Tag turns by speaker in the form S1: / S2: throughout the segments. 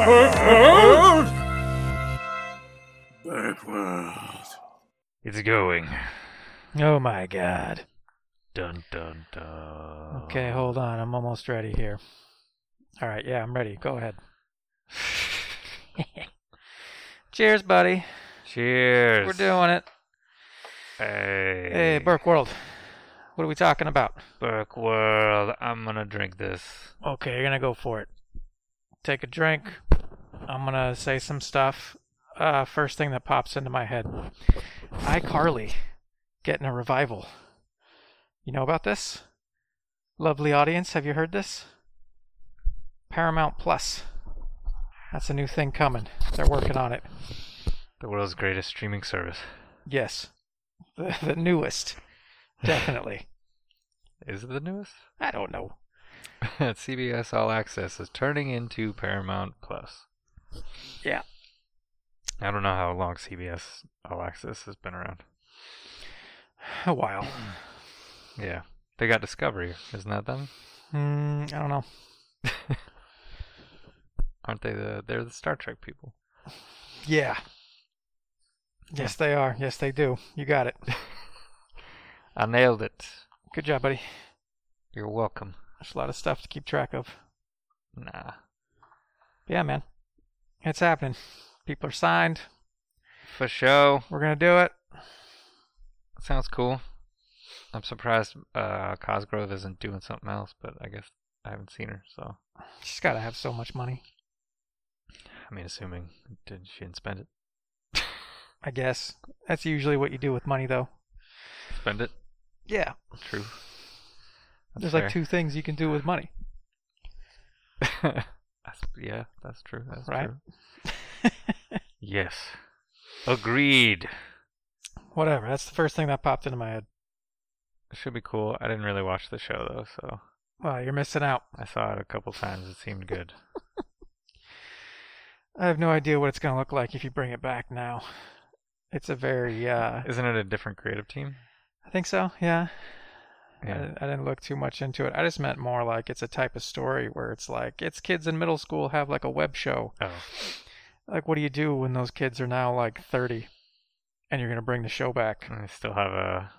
S1: Backwards!
S2: Backwards.
S1: It's going.
S3: Oh my god.
S1: Dun dun dun.
S3: Okay, hold on. I'm almost ready here. All right, yeah, I'm ready. Go ahead. Cheers, buddy.
S1: Cheers.
S3: We're doing it.
S1: Hey.
S3: Hey, Burke World. What are we talking about?
S1: Burke World. I'm gonna drink this.
S3: Okay, you're gonna go for it. Take a drink. I'm gonna say some stuff. Uh, first thing that pops into my head: iCarly getting a revival. You know about this? Lovely audience, have you heard this? Paramount Plus. That's a new thing coming. They're working on it.
S1: The world's greatest streaming service.
S3: Yes, the, the newest, definitely.
S1: Is it the newest?
S3: I don't know.
S1: CBS All Access is turning into Paramount Plus.
S3: Yeah.
S1: I don't know how long CBS All Access has been around.
S3: A while.
S1: Yeah. They got Discovery, isn't that them?
S3: Mm, I don't know.
S1: Aren't they the they're the Star Trek people?
S3: Yeah. Yes, they are. Yes, they do. You got it.
S1: I nailed it.
S3: Good job, buddy.
S1: You're welcome.
S3: There's a lot of stuff to keep track of.
S1: Nah.
S3: But yeah, man. It's happening. People are signed.
S1: For show.
S3: We're going to do it.
S1: Sounds cool. I'm surprised uh Cosgrove isn't doing something else, but I guess I haven't seen her, so
S3: She's got to have so much money,
S1: I mean assuming did she didn't spend it.
S3: I guess. That's usually what you do with money, though.
S1: Spend it.
S3: Yeah.
S1: True.
S3: There's like
S1: fair.
S3: two things you can do with money.
S1: that's, yeah, that's true. That's
S3: Right?
S1: true. yes. Agreed.
S3: Whatever. That's the first thing that popped into my head.
S1: It should be cool. I didn't really watch the show though, so
S3: Well, you're missing out.
S1: I saw it a couple times. It seemed good.
S3: I have no idea what it's going to look like if you bring it back now. It's a very, uh,
S1: Isn't it a different creative team?
S3: I think so, yeah.
S1: Yeah.
S3: I, I didn't look too much into it. I just meant more like it's a type of story where it's like it's kids in middle school have like a web show.
S1: Oh,
S3: Like, what do you do when those kids are now like 30 and you're going to bring the show back?
S1: and they still have a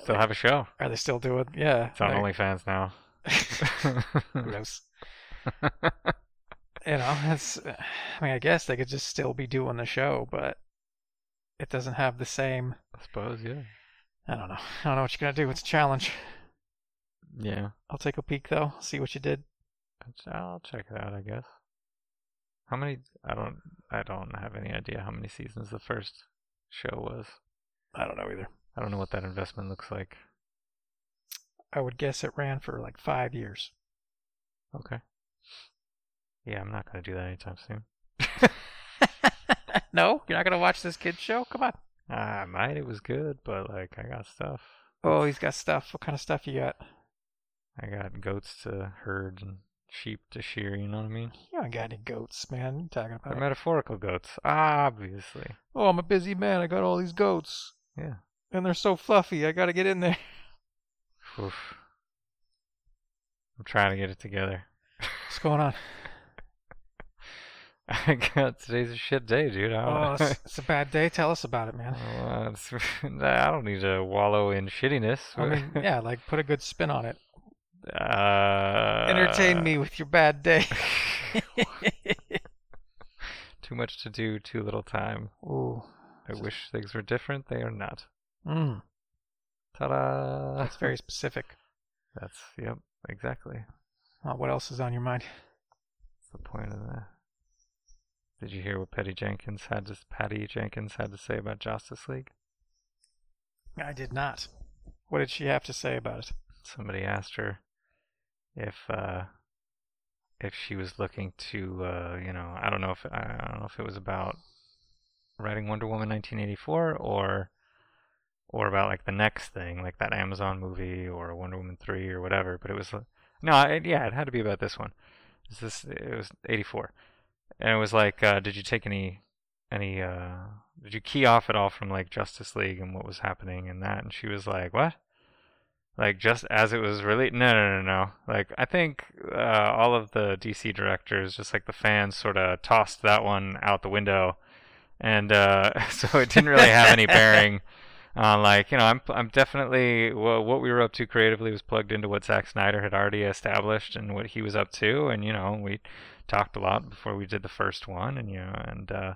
S1: still have a show.
S3: Are they still doing Yeah.
S1: It's on
S3: like-
S1: OnlyFans now.
S3: gross. you know, it's, I mean, I guess they could just still be doing the show, but it doesn't have the same.
S1: I suppose, yeah.
S3: I don't know. I don't know what you're going to do. It's a challenge.
S1: Yeah.
S3: I'll take a peek though, see what you did.
S1: I'll- I'll check it out, I guess. How many? I don't. I don't have any idea how many seasons the first show was.
S3: I don't know either.
S1: I don't know what that investment looks like.
S3: I would guess it ran for like five years.
S1: Okay. Yeah, I'm not gonna do that anytime soon.
S3: no, you're not gonna watch this kid's show. Come on.
S1: Ah, I might. It was good, but like I got stuff.
S3: Oh, he's got stuff. What kind of stuff you got?
S1: I got goats to herd and sheep to shear. You know what I mean?
S3: You don't got any goats, man. You talking
S1: They're
S3: about?
S1: metaphorical goats, obviously.
S3: oh, I'm a busy man. I got all these goats.
S1: Yeah.
S3: And they're so fluffy. I gotta get in there.
S1: Oof. I'm trying to get it together.
S3: What's going on?
S1: I got today's a shit day, dude. I don't
S3: Oh,
S1: know.
S3: it's, it's a bad day. Tell us about it, man.
S1: Well, it's, I don't need to wallow in shittiness.
S3: I mean, yeah, like put a good spin on it.
S1: uh,
S3: Entertain me with your bad day.
S1: Too much to do, too little time.
S3: Ooh.
S1: I wish things were different. They are not.
S3: Mm,
S1: Ta-da!
S3: that's very specific.
S1: That's yep, exactly.
S3: Uh, what else is on your mind?
S1: That's the point of that. Did you hear what Patty Jenkins had to Patty Jenkins had to say about Justice League?
S3: I did not. What did she have to say about it?
S1: somebody asked her if uh if she was looking to uh you know I don't know if I don't know if it was about writing Wonder Woman 1984 or or about like the next thing like that Amazon movie or Wonder Woman 3 or whatever but it was like- no it, yeah it had to be about this one It's this it was 84 and it was like uh did you take any any uh did you key off at all from like Justice League and what was happening and that and she was like what like just as it was really no no no no like i think uh, all of the dc directors just like the fans sort of tossed that one out the window and uh, so it didn't really have any bearing on like you know i'm i'm definitely well, what we were up to creatively was plugged into what Zack Snyder had already established and what he was up to and you know we talked a lot before we did the first one and you know and uh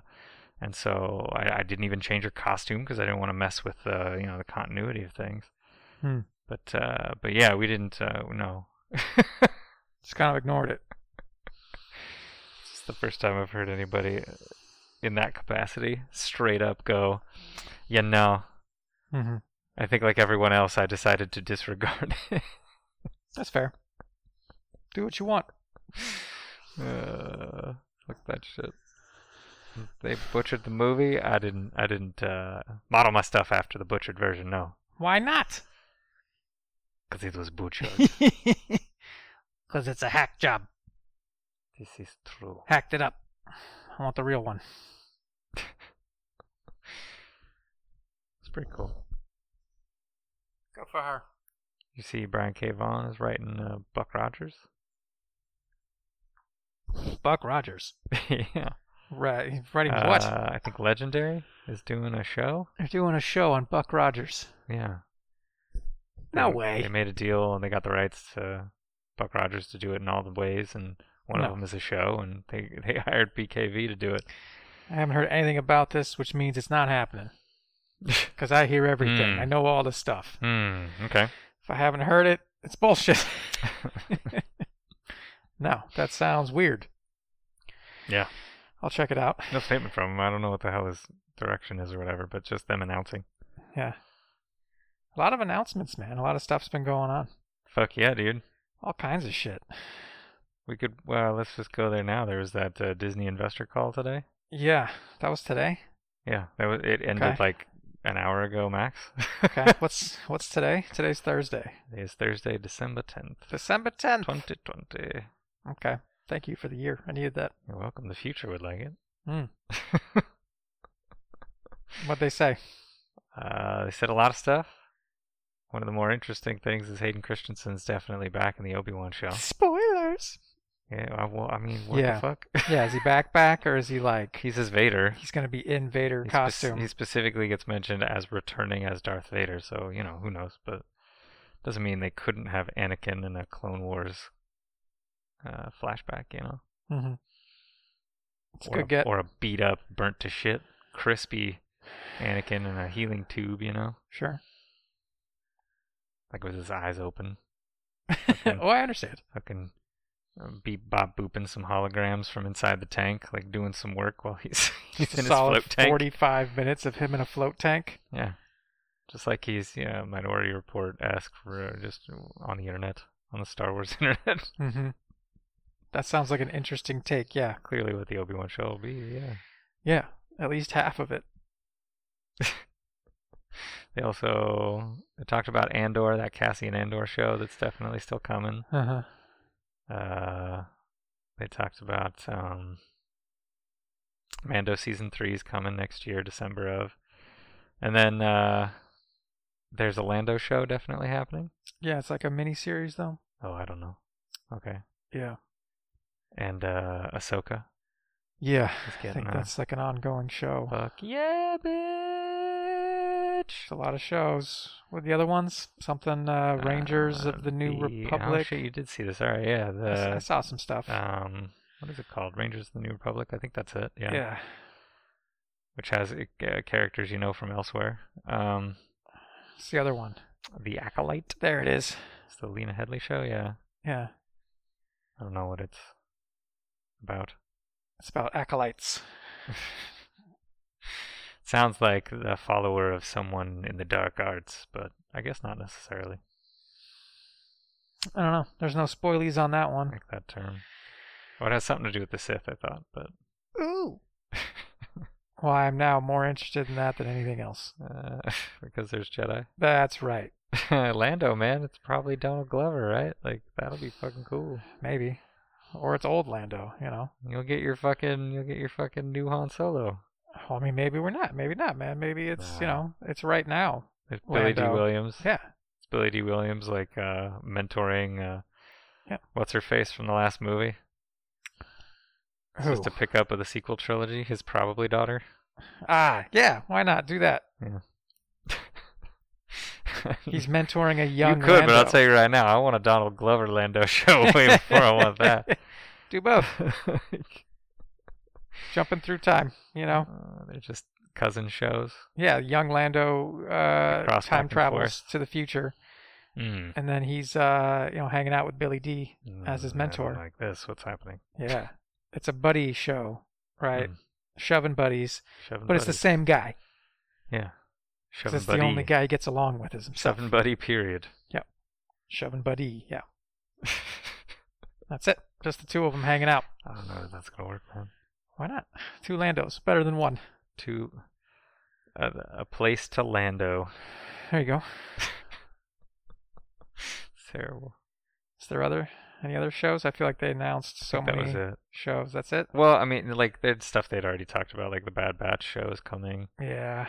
S1: and so I, I didn't even change her costume because I didn't want to mess with uh, you know the continuity of things.
S3: Hmm.
S1: But uh, but yeah, we didn't. Uh, no,
S3: Just kind of ignored it.
S1: it's the first time I've heard anybody in that capacity straight up go, yeah, no.
S3: hmm
S1: I think like everyone else, I decided to disregard it.
S3: That's fair. Do what you want.
S1: uh, fuck that shit. They butchered the movie. I didn't. I didn't uh, model my stuff after the butchered version. No,
S3: Why not?
S1: because it was butchered.
S3: Because it's a hack job.
S1: this is true.
S3: Hacked it up. I want the real one.
S1: It's pretty cool.
S3: Go for her.
S1: You see, Brian K. Vaughan is writing uh, Buck Rogers.
S3: Buck Rogers.
S1: yeah.
S3: Right. Writing what?
S1: Uh, I think Legendary is doing a show.
S3: They're doing a show on Buck Rogers.
S1: Yeah.
S3: No
S1: They-
S3: way.
S1: They made a deal and they got the rights to Buck Rogers to do it in all the ways, and one of
S3: No.
S1: them is a show, and they they hired BKV to do it.
S3: I haven't heard anything about this, which means it's not happening. Because I hear everything.
S1: Hmm.
S3: I know all this stuff.
S1: Hmm. Okay.
S3: If I haven't heard it, it's bullshit. no, that sounds weird.
S1: Yeah.
S3: I'll check it out.
S1: No statement from him. I don't know what the hell his direction is or whatever, but just them announcing.
S3: Yeah. A lot of announcements, man. A lot of stuff's been going on.
S1: Fuck yeah, dude.
S3: All kinds of shit.
S1: We could. Well, let's just go there now. There was that uh, Disney investor call today.
S3: Yeah, that was today.
S1: Yeah, that was, it ended
S3: Okay.
S1: like an hour ago max.
S3: Okay. what's what's today? Today's Thursday,
S1: It's Thursday, December 10th,
S3: December 10th.
S1: 2020.
S3: Okay. Thank you for the year. I needed that.
S1: You're welcome. The future would like it.
S3: Hmm. What'd they say?
S1: uh, they said a lot of stuff. One of the more interesting things is Hayden Christensen's definitely back in the Obi Wan show.
S3: Spoilers.
S1: Yeah, I, well, I mean, what
S3: Yeah.
S1: the fuck?
S3: Yeah, is he back back or is he like
S1: He's as Vader.
S3: he's gonna be in Vader
S1: He spec-
S3: costume?
S1: he specifically gets mentioned as returning as Darth Vader, so you know who knows, but doesn't mean they couldn't have Anakin in a Clone Wars uh, flashback, you know,
S3: hmm It's a
S1: or, a,
S3: good get.
S1: or a beat up, burnt to shit, crispy Anakin in a healing tube, you know,
S3: Sure.
S1: like with his eyes open,
S3: oh, I understand.
S1: fucking uh, beep bop booping some holograms from inside the tank, like doing some work while he's he's
S3: Just a
S1: in his
S3: solid
S1: float tank.
S3: forty-five minutes of him in a float tank.
S1: Yeah. Just like he's, you know, Minority Report esque for uh, just on the internet, on the Star Wars internet.
S3: hmm That sounds like an interesting take. Yeah,
S1: Clearly what the Obi Wan show will be, yeah.
S3: yeah. At least half of it.
S1: They also they talked about Andor, that Cassian Andor show that's definitely still coming.
S3: Uh-huh.
S1: Uh, they talked about um, Mando season three is coming next year, December of. And then uh, there's a Lando show definitely happening.
S3: Yeah, it's like a mini series though.
S1: Oh, I don't know. Okay.
S3: Yeah.
S1: And uh, Ahsoka.
S3: Yeah.
S1: is
S3: I
S1: getting
S3: think
S1: a-
S3: that's like an ongoing show.
S1: Fuck yeah, bitch!
S3: There's a lot of shows. What are the other ones? Something uh, Rangers
S1: Uh,
S3: of the New
S1: the- Oh
S3: Republic.
S1: shit, you did see this. All right, yeah.
S3: I s- I
S1: The
S3: saw some stuff.
S1: um, what is it called? Rangers of the New Republic. I think that's it. Yeah.
S3: yeah.
S1: Which has uh, characters you know from elsewhere. Um,
S3: It's the other one.
S1: the Acolyte.
S3: There it is.
S1: It's the Lena Headley show. Yeah.
S3: Yeah.
S1: I don't know what it's about.
S3: It's about acolytes.
S1: Sounds like the follower of someone in the dark arts, but I guess not necessarily.
S3: I don't know. There's no spoilies on that
S1: I
S3: one.
S1: like that term. Well, it has something to do with the Sith, I thought, but
S3: Ooh. Why I'm now more interested in that than anything else.
S1: uh, because there's Jedi.
S3: That's right.
S1: Lando, man, it's probably Donald Glover, right? Like that'll be fucking cool.
S3: Maybe. Or it's old Lando, you know.
S1: You'll get your fucking you'll get your fucking new Han Solo.
S3: Well, I mean, maybe we're not. Maybe not, man. Maybe it's, you know, it's right now.
S1: It's Billy D.
S3: Lando.
S1: Williams.
S3: Yeah.
S1: It's Billy D. Williams like uh, mentoring uh,
S3: Yeah.
S1: what's her face from the last movie? It's
S3: Who?
S1: Just a pickup of the sequel trilogy, his probably daughter.
S3: ah, yeah. Why not do that? He's mentoring a young.
S1: you could, but I'll
S3: Lando.
S1: tell you right now, I want a Donald Glover Lando show way before I want that. Uh,
S3: do both. Jumping through time, you know.
S1: Uh, they're just cousin shows.
S3: Yeah, young Lando uh,
S1: Cross back
S3: time
S1: and
S3: travels to the future,
S1: Mm.
S3: and then he's uh, you know hanging out with Billy D. Hmm. As his
S1: Mm, I don't
S3: mentor.
S1: like this, what's happening?
S3: Yeah, it's a buddy show, right?
S1: Mm.
S3: Shoving buddies,
S1: Shoving
S3: but it's the
S1: buddies.
S3: same guy.
S1: yeah.
S3: 'cause
S1: Shoving
S3: it's
S1: buddy.
S3: the only guy he gets along with is himself.
S1: Shoving buddy. Period.
S3: Shoving buddy, yeah. That's it. Just the two of them hanging out.
S1: I don't know if that's gonna work, man.
S3: Why not? Two Landos, better than one.
S1: To a, a place to Lando.
S3: There you go.
S1: Terrible.
S3: Is there other any other shows? I feel like they announced so
S1: that was
S3: many
S1: it.
S3: shows. That's it.
S1: Well, I mean, like there's stuff they'd already talked about, like the Bad Batch show is coming.
S3: Yeah,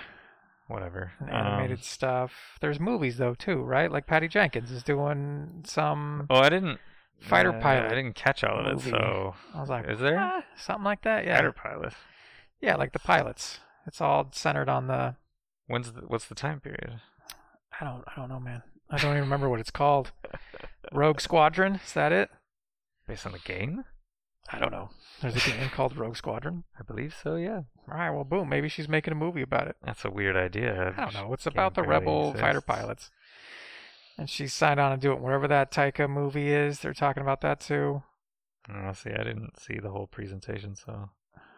S1: Whatever.
S3: and
S1: Um,
S3: animated stuff. There's movies though too, right? Like Patty Jenkins is doing some.
S1: oh, I didn't.
S3: Fighter
S1: uh,
S3: pilot
S1: I didn't catch all of it.
S3: movie.
S1: So
S3: I was like,
S1: is there
S3: "Ah," something like that? Yeah,
S1: Fighter pilot?
S3: yeah, like the pilots. It's all centered on the.
S1: When's the, what's the time period?
S3: I don't. I don't know, man. I don't even remember what it's called. Rogue Squadron. Is that it?
S1: Based on the game?
S3: I don't know. There's a game called Rogue Squadron.
S1: I believe so. Yeah.
S3: All right. Well, boom. Maybe she's making a movie about it.
S1: That's a weird idea.
S3: I don't know. It's
S1: Game
S3: about the
S1: barely
S3: rebel fighter
S1: exists.
S3: pilots. And she signed on to do it. Wherever that Taika movie is, they're talking about that too.
S1: Oh, see, I didn't see the whole presentation, so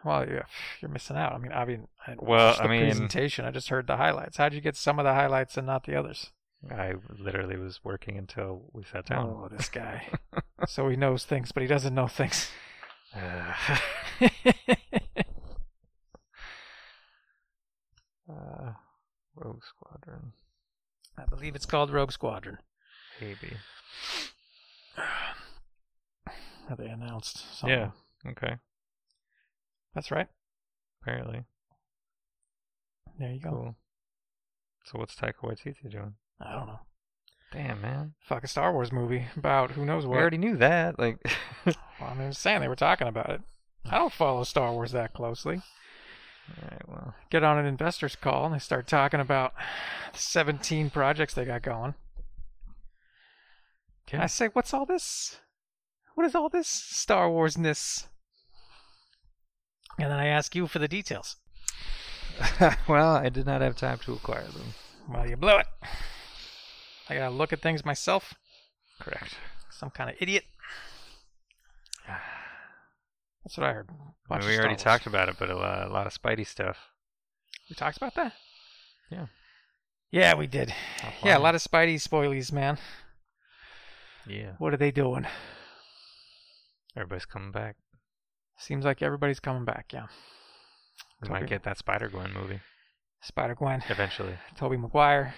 S3: Well, yeah, you're missing out. I mean, I mean, I didn't
S1: Well,
S3: watch the
S1: I mean-
S3: presentation. I just heard the highlights. How'd you get some of the highlights and not the others?
S1: I literally was working until we sat down.
S3: Oh, this guy. so he knows things, but he doesn't know things. Oh.
S1: Uh,
S3: yeah,
S1: uh, Rogue Squadron,
S3: I believe it's called Rogue Squadron.
S1: maybe.
S3: Or they announced something.
S1: Yeah. Okay.
S3: That's right.
S1: Apparently.
S3: There you go.
S1: Cool. So what's Taika Waititi doing?
S3: I don't know.
S1: Damn, man.
S3: Fuck a Star Wars movie about who knows
S1: We
S3: what.
S1: already knew that. Like,
S3: Well, I'm just saying they were talking about it. I don't follow Star Wars that closely.
S1: alright, well,
S3: Get on an investors call and they start talking about the 17 projects they got going. Can
S1: Yeah.
S3: I say, what's all this? What is all this Star Wars ness? And then I ask you for the details.
S1: well, I did not have time to acquire them.
S3: Well, you blew it. I gotta look at things myself.
S1: Correct.
S3: Some kind of idiot. That's what I heard.
S1: I mean,
S3: Bunch of
S1: we
S3: Star
S1: already
S3: Wars.
S1: talked about it, but a lot, a lot of Spidey stuff.
S3: We talked about that.
S1: Yeah.
S3: Yeah, we did. Yeah, a
S1: Offline.
S3: lot of Spidey spoilies, man.
S1: Yeah.
S3: What are they doing?
S1: Everybody's coming back.
S3: Seems like everybody's coming back. Yeah,
S1: We
S3: Toby-
S1: might get that Spider Gwen movie
S3: Spider Gwen,
S1: eventually.
S3: Toby Maguire,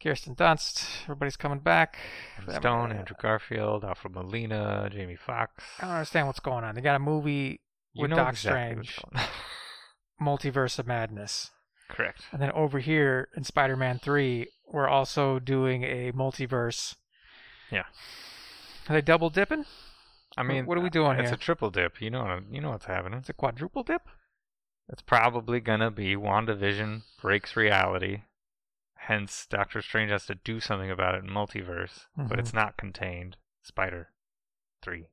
S3: Kirsten Dunst. Everybody's coming back.
S1: Emma
S3: That-
S1: Stone, Andrew Garfield, Alfred Molina, Jamie Foxx.
S3: I don't understand what's going on. They got a movie,
S1: You
S3: with
S1: know
S3: Doc
S1: exactly what's
S3: Strange.
S1: going on.
S3: Multiverse of Madness,
S1: Correct.
S3: and then over here in Spider Man Three, we're also doing a multiverse.
S1: Yeah.
S3: Are they double dipping?
S1: I
S3: Wh-
S1: mean,
S3: what are we doing
S1: It's
S3: here?
S1: a triple dip. You know, you know what's happening.
S3: It's a quadruple dip.
S1: It's probably gonna be WandaVision breaks reality. Hence, Doctor Strange has to do something about it in multiverse, but
S3: Mhm.
S1: it's not contained. Spider, three.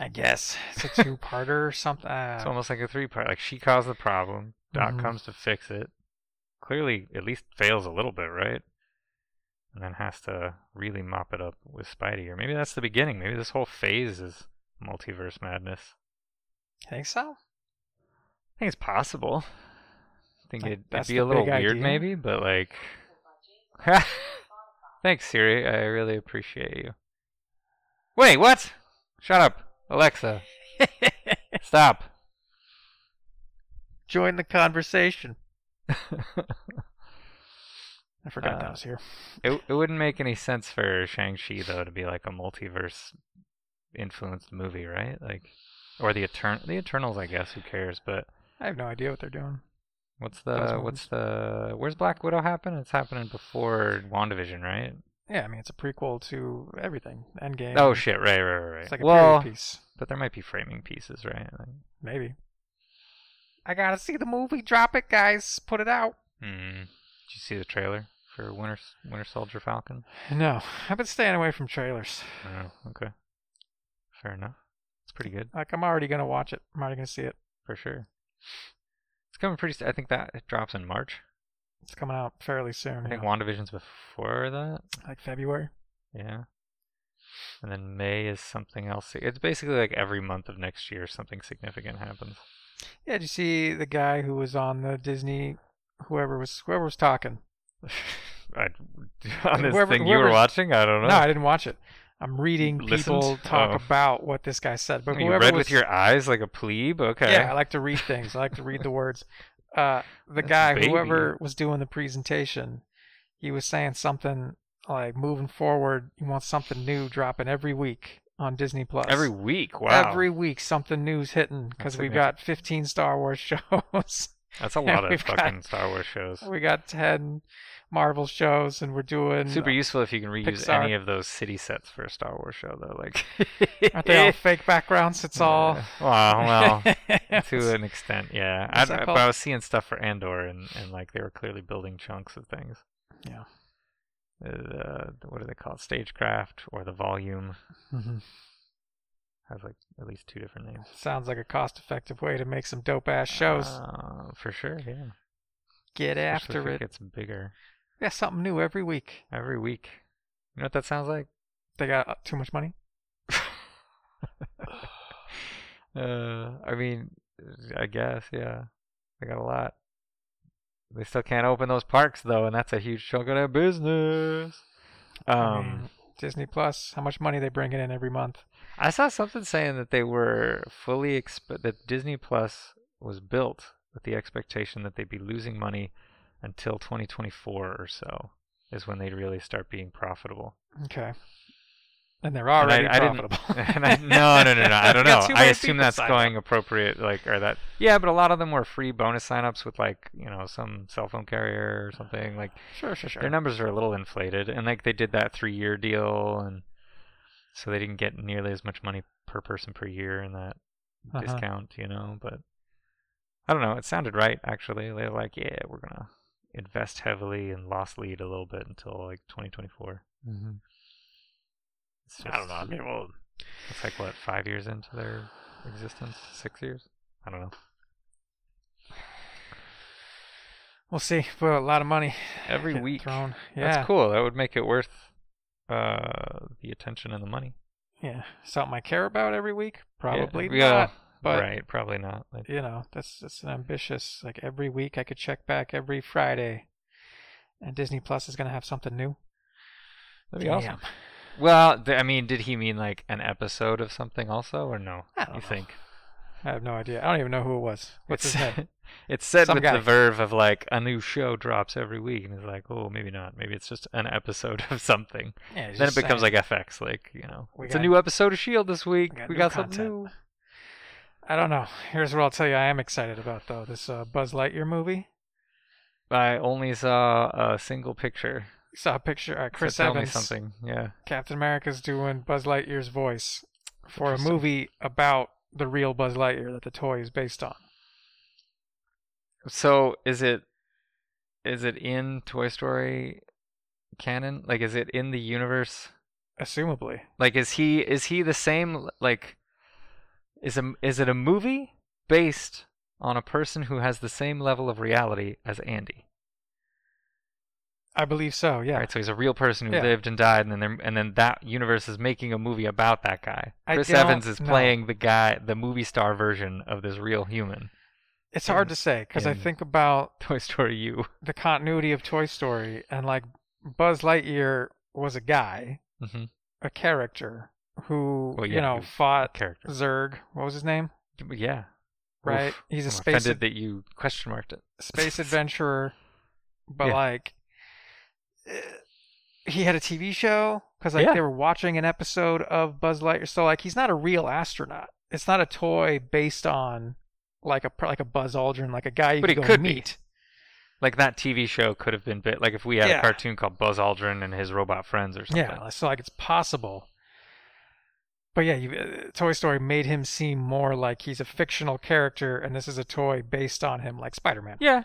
S3: I guess it's a two-parter or something.
S1: It's
S3: Uh,
S1: almost like a three part. Like she caused the problem. Doc
S3: Mhm.
S1: comes to fix it. Clearly, at least fails a little bit, right? And then has to really mop it up with Spidey. Or maybe that's the beginning. Maybe this whole phase is multiverse madness.
S3: I think so.
S1: I think it's possible. I think
S3: Like,
S1: it'd, it'd
S3: that's
S1: be
S3: the
S1: a little
S3: big
S1: weird,
S3: idea.
S1: maybe, but like. Thanks, Siri. I really appreciate you. Wait, what? Shut up, Alexa. Stop.
S3: Join the conversation. I forgot
S1: Uh,
S3: that was here.
S1: It it wouldn't make any sense for Shang Chi though to be like a multiverse influenced movie, right? Like, or the Etern the Eternals, I guess. Who cares? But
S3: I have no idea what they're doing.
S1: What's
S3: Those
S1: the
S3: movies.
S1: what's the where's Black Widow happen? It's happening before Wandavision, right?
S3: Yeah, I mean it's a prequel to everything. Endgame.
S1: Oh shit! Right, right, right. right.
S3: It's like a
S1: well,
S3: period piece.
S1: but there might be framing pieces, right? Like,
S3: Maybe. I gotta see the movie. Drop it, guys. Put it out. Mm-hmm.
S1: mm, did you see the trailer for Winter Winter Soldier Falcon?
S3: No, I've been staying away from trailers.
S1: Oh, okay. Fair enough. It's pretty good
S3: Like I'm already gonna watch it. I'm already gonna see it.
S1: for sure. It's coming pretty. St- I think that it drops in March.
S3: It's coming out fairly soon.
S1: I think
S3: yeah.
S1: WandaVision's before that.
S3: Like February.
S1: Yeah. And then May is something else. It's basically like every month of next year something significant happens.
S3: Yeah, did you see the guy who was on the Disney? Whoever was whoever was talking.
S1: I, on this
S3: Whoever-
S1: thing you were
S3: whoever's-
S1: watching, I don't know.
S3: No, I didn't watch it. I'm reading
S1: Listened?
S3: people talk
S1: Oh.
S3: about what this guy said. But
S1: you
S3: whoever
S1: read
S3: was,
S1: with your eyes like a plebe. Okay.
S3: yeah, I like to read things. I like to read the words. Uh, the
S1: That's
S3: guy,
S1: baby.
S3: whoever was doing the presentation, he was saying something like, "Moving forward, you want something new dropping every week on Disney Plus.
S1: Every week. Wow.
S3: every week something new's hitting because
S1: That's
S3: we've got 15 Star Wars shows,
S1: That's a lot of
S3: we've got-
S1: fucking Star Wars shows.
S3: we got 10 Marvel shows, and we're doing uh,
S1: Super useful if you can reuse
S3: Pixar.
S1: any of those city sets for a Star Wars show, though. Like,
S3: Aren't they all fake backgrounds? It's all.
S1: Yeah. Oh, Well, well, to
S3: It's-
S1: an extent, yeah. I,
S3: What's that
S1: but
S3: called?
S1: I was seeing stuff for Andor, and, and like they were clearly building chunks of things.
S3: Yeah.
S1: Uh, what do they call it? Stagecraft or the Volume
S3: Mm-hmm.
S1: has like at least two different names.
S3: Sounds like a cost-effective way to make some dope-ass shows.
S1: Uh, for sure, yeah.
S3: Get
S1: Especially if
S3: after it.
S1: it gets bigger
S3: Yeah, something new every week.
S1: every week. You know what that sounds like?
S3: They got uh, too much money.
S1: Uh, I mean, I guess, yeah. They got a lot. They still can't open those parks though, and that's a huge chunk of their business.
S3: I
S1: Um,
S3: mean, Disney Plus, how much money they bringing in every month?
S1: I saw something saying that they were fully exp- that Disney Plus was built with the expectation that they'd be losing money until 2024 or so is when they'd really start being profitable.
S3: Okay. And they're
S1: And I-
S3: already
S1: I didn't-
S3: profitable.
S1: and I, no, no, no, no. I don't
S3: Got
S1: know.
S3: too
S1: I
S3: many
S1: assume
S3: people
S1: that's
S3: signed
S1: going appropriate, like, or that. Yeah, but a lot of them were free bonus signups with, like, you know, some cell phone carrier or something. Like,
S3: up. Sure, sure, sure.
S1: their numbers are a little inflated, and like they did that three-year deal, and so they didn't get nearly as much money per person per year in that
S3: Uh-huh.
S1: discount, you know. But I don't know. It sounded right actually. They're like, yeah, we're gonna invest heavily and loss lead a little bit until like 2024. It's
S3: Mm-hmm. I don't know. I mean, well,
S1: it's like what five years into their existence, six years. I don't know.
S3: we'll see. But a lot of money
S1: Every
S3: getting
S1: week.
S3: thrown. Yeah,
S1: That's cool. That would make it worth uh, the attention and the money.
S3: yeah. Something I care about every week? Probably
S1: yeah, yeah.
S3: not. But
S1: right, probably not. Like,
S3: you know, that's that's an ambitious. Like every week, I could check back every Friday, and Disney Plus is gonna have something new.
S1: that'd be
S3: Damn.
S1: awesome. Well, th- I mean, did he mean like an episode of something also, or no?
S3: I don't
S1: you
S3: know.
S1: think
S3: I have no idea. I don't even know who it was. What's
S1: it's
S3: his name?
S1: it's said
S3: Some
S1: with
S3: guy.
S1: the verve of like a new show drops every week, and it's like, oh, maybe not. Maybe it's just an episode of something.
S3: Yeah, he's
S1: then it
S3: just
S1: becomes
S3: saying.
S1: like FX, like you know,
S3: We
S1: it's a
S3: got-
S1: new episode of Shield E this week.
S3: we got
S1: we
S3: new
S1: got something
S3: content.
S1: new.
S3: I don't know. Here's what I'll tell you. I am excited about though this uh, Buzz Lightyear movie.
S1: I only saw a single picture.
S3: You saw a picture. Uh,
S1: So
S3: Chris
S1: tell
S3: Evans,
S1: me something. Yeah.
S3: Captain America's doing Buzz Lightyear's voice for a
S1: Interesting.
S3: movie about the real Buzz Lightyear that the toy is based on.
S1: So is it is it in Toy Story canon? Like is it in the universe?
S3: Assumably,
S1: Like is he is he the same like is a is it a movie based on a person who has the same level of reality as Andy?
S3: I believe so. Yeah.
S1: Right, so he's a real person who
S3: Yeah.
S1: lived and died, and then they're- and then that universe is making a movie about that guy.
S3: I
S1: Chris
S3: don't
S1: Evans is
S3: know.
S1: playing the guy, the movie star version of this real human.
S3: It's hard to say because I
S1: in-
S3: think about
S1: Toy Story U.
S3: the continuity of Toy Story and like Buzz Lightyear was a guy,
S1: Mm-hmm.
S3: a character who
S1: Well,
S3: you
S1: yeah,
S3: know
S1: he was
S3: fought
S1: Character.
S3: Zerg. What was his name?
S1: Yeah.
S3: Right.
S1: Oof.
S3: He's a
S1: I'm
S3: space
S1: offended that you question marked it.
S3: space adventurer, but
S1: Yeah.
S3: like eh, he had a TV show because like
S1: Yeah.
S3: they were watching an episode of Buzz Lightyear. So like he's not a real astronaut. It's not a toy based on like a like a Buzz Aldrin, like a guy you
S1: But
S3: could
S1: he
S3: go
S1: could be.
S3: meet.
S1: Like that TV show could have been bit like if we had
S3: Yeah.
S1: a cartoon called Buzz Aldrin and his robot friends or something.
S3: Yeah, so like it's possible. But yeah, you, uh, Toy Story made him seem more like he's a fictional character, and this is a toy based on him, like Spider-Man.
S1: Yeah.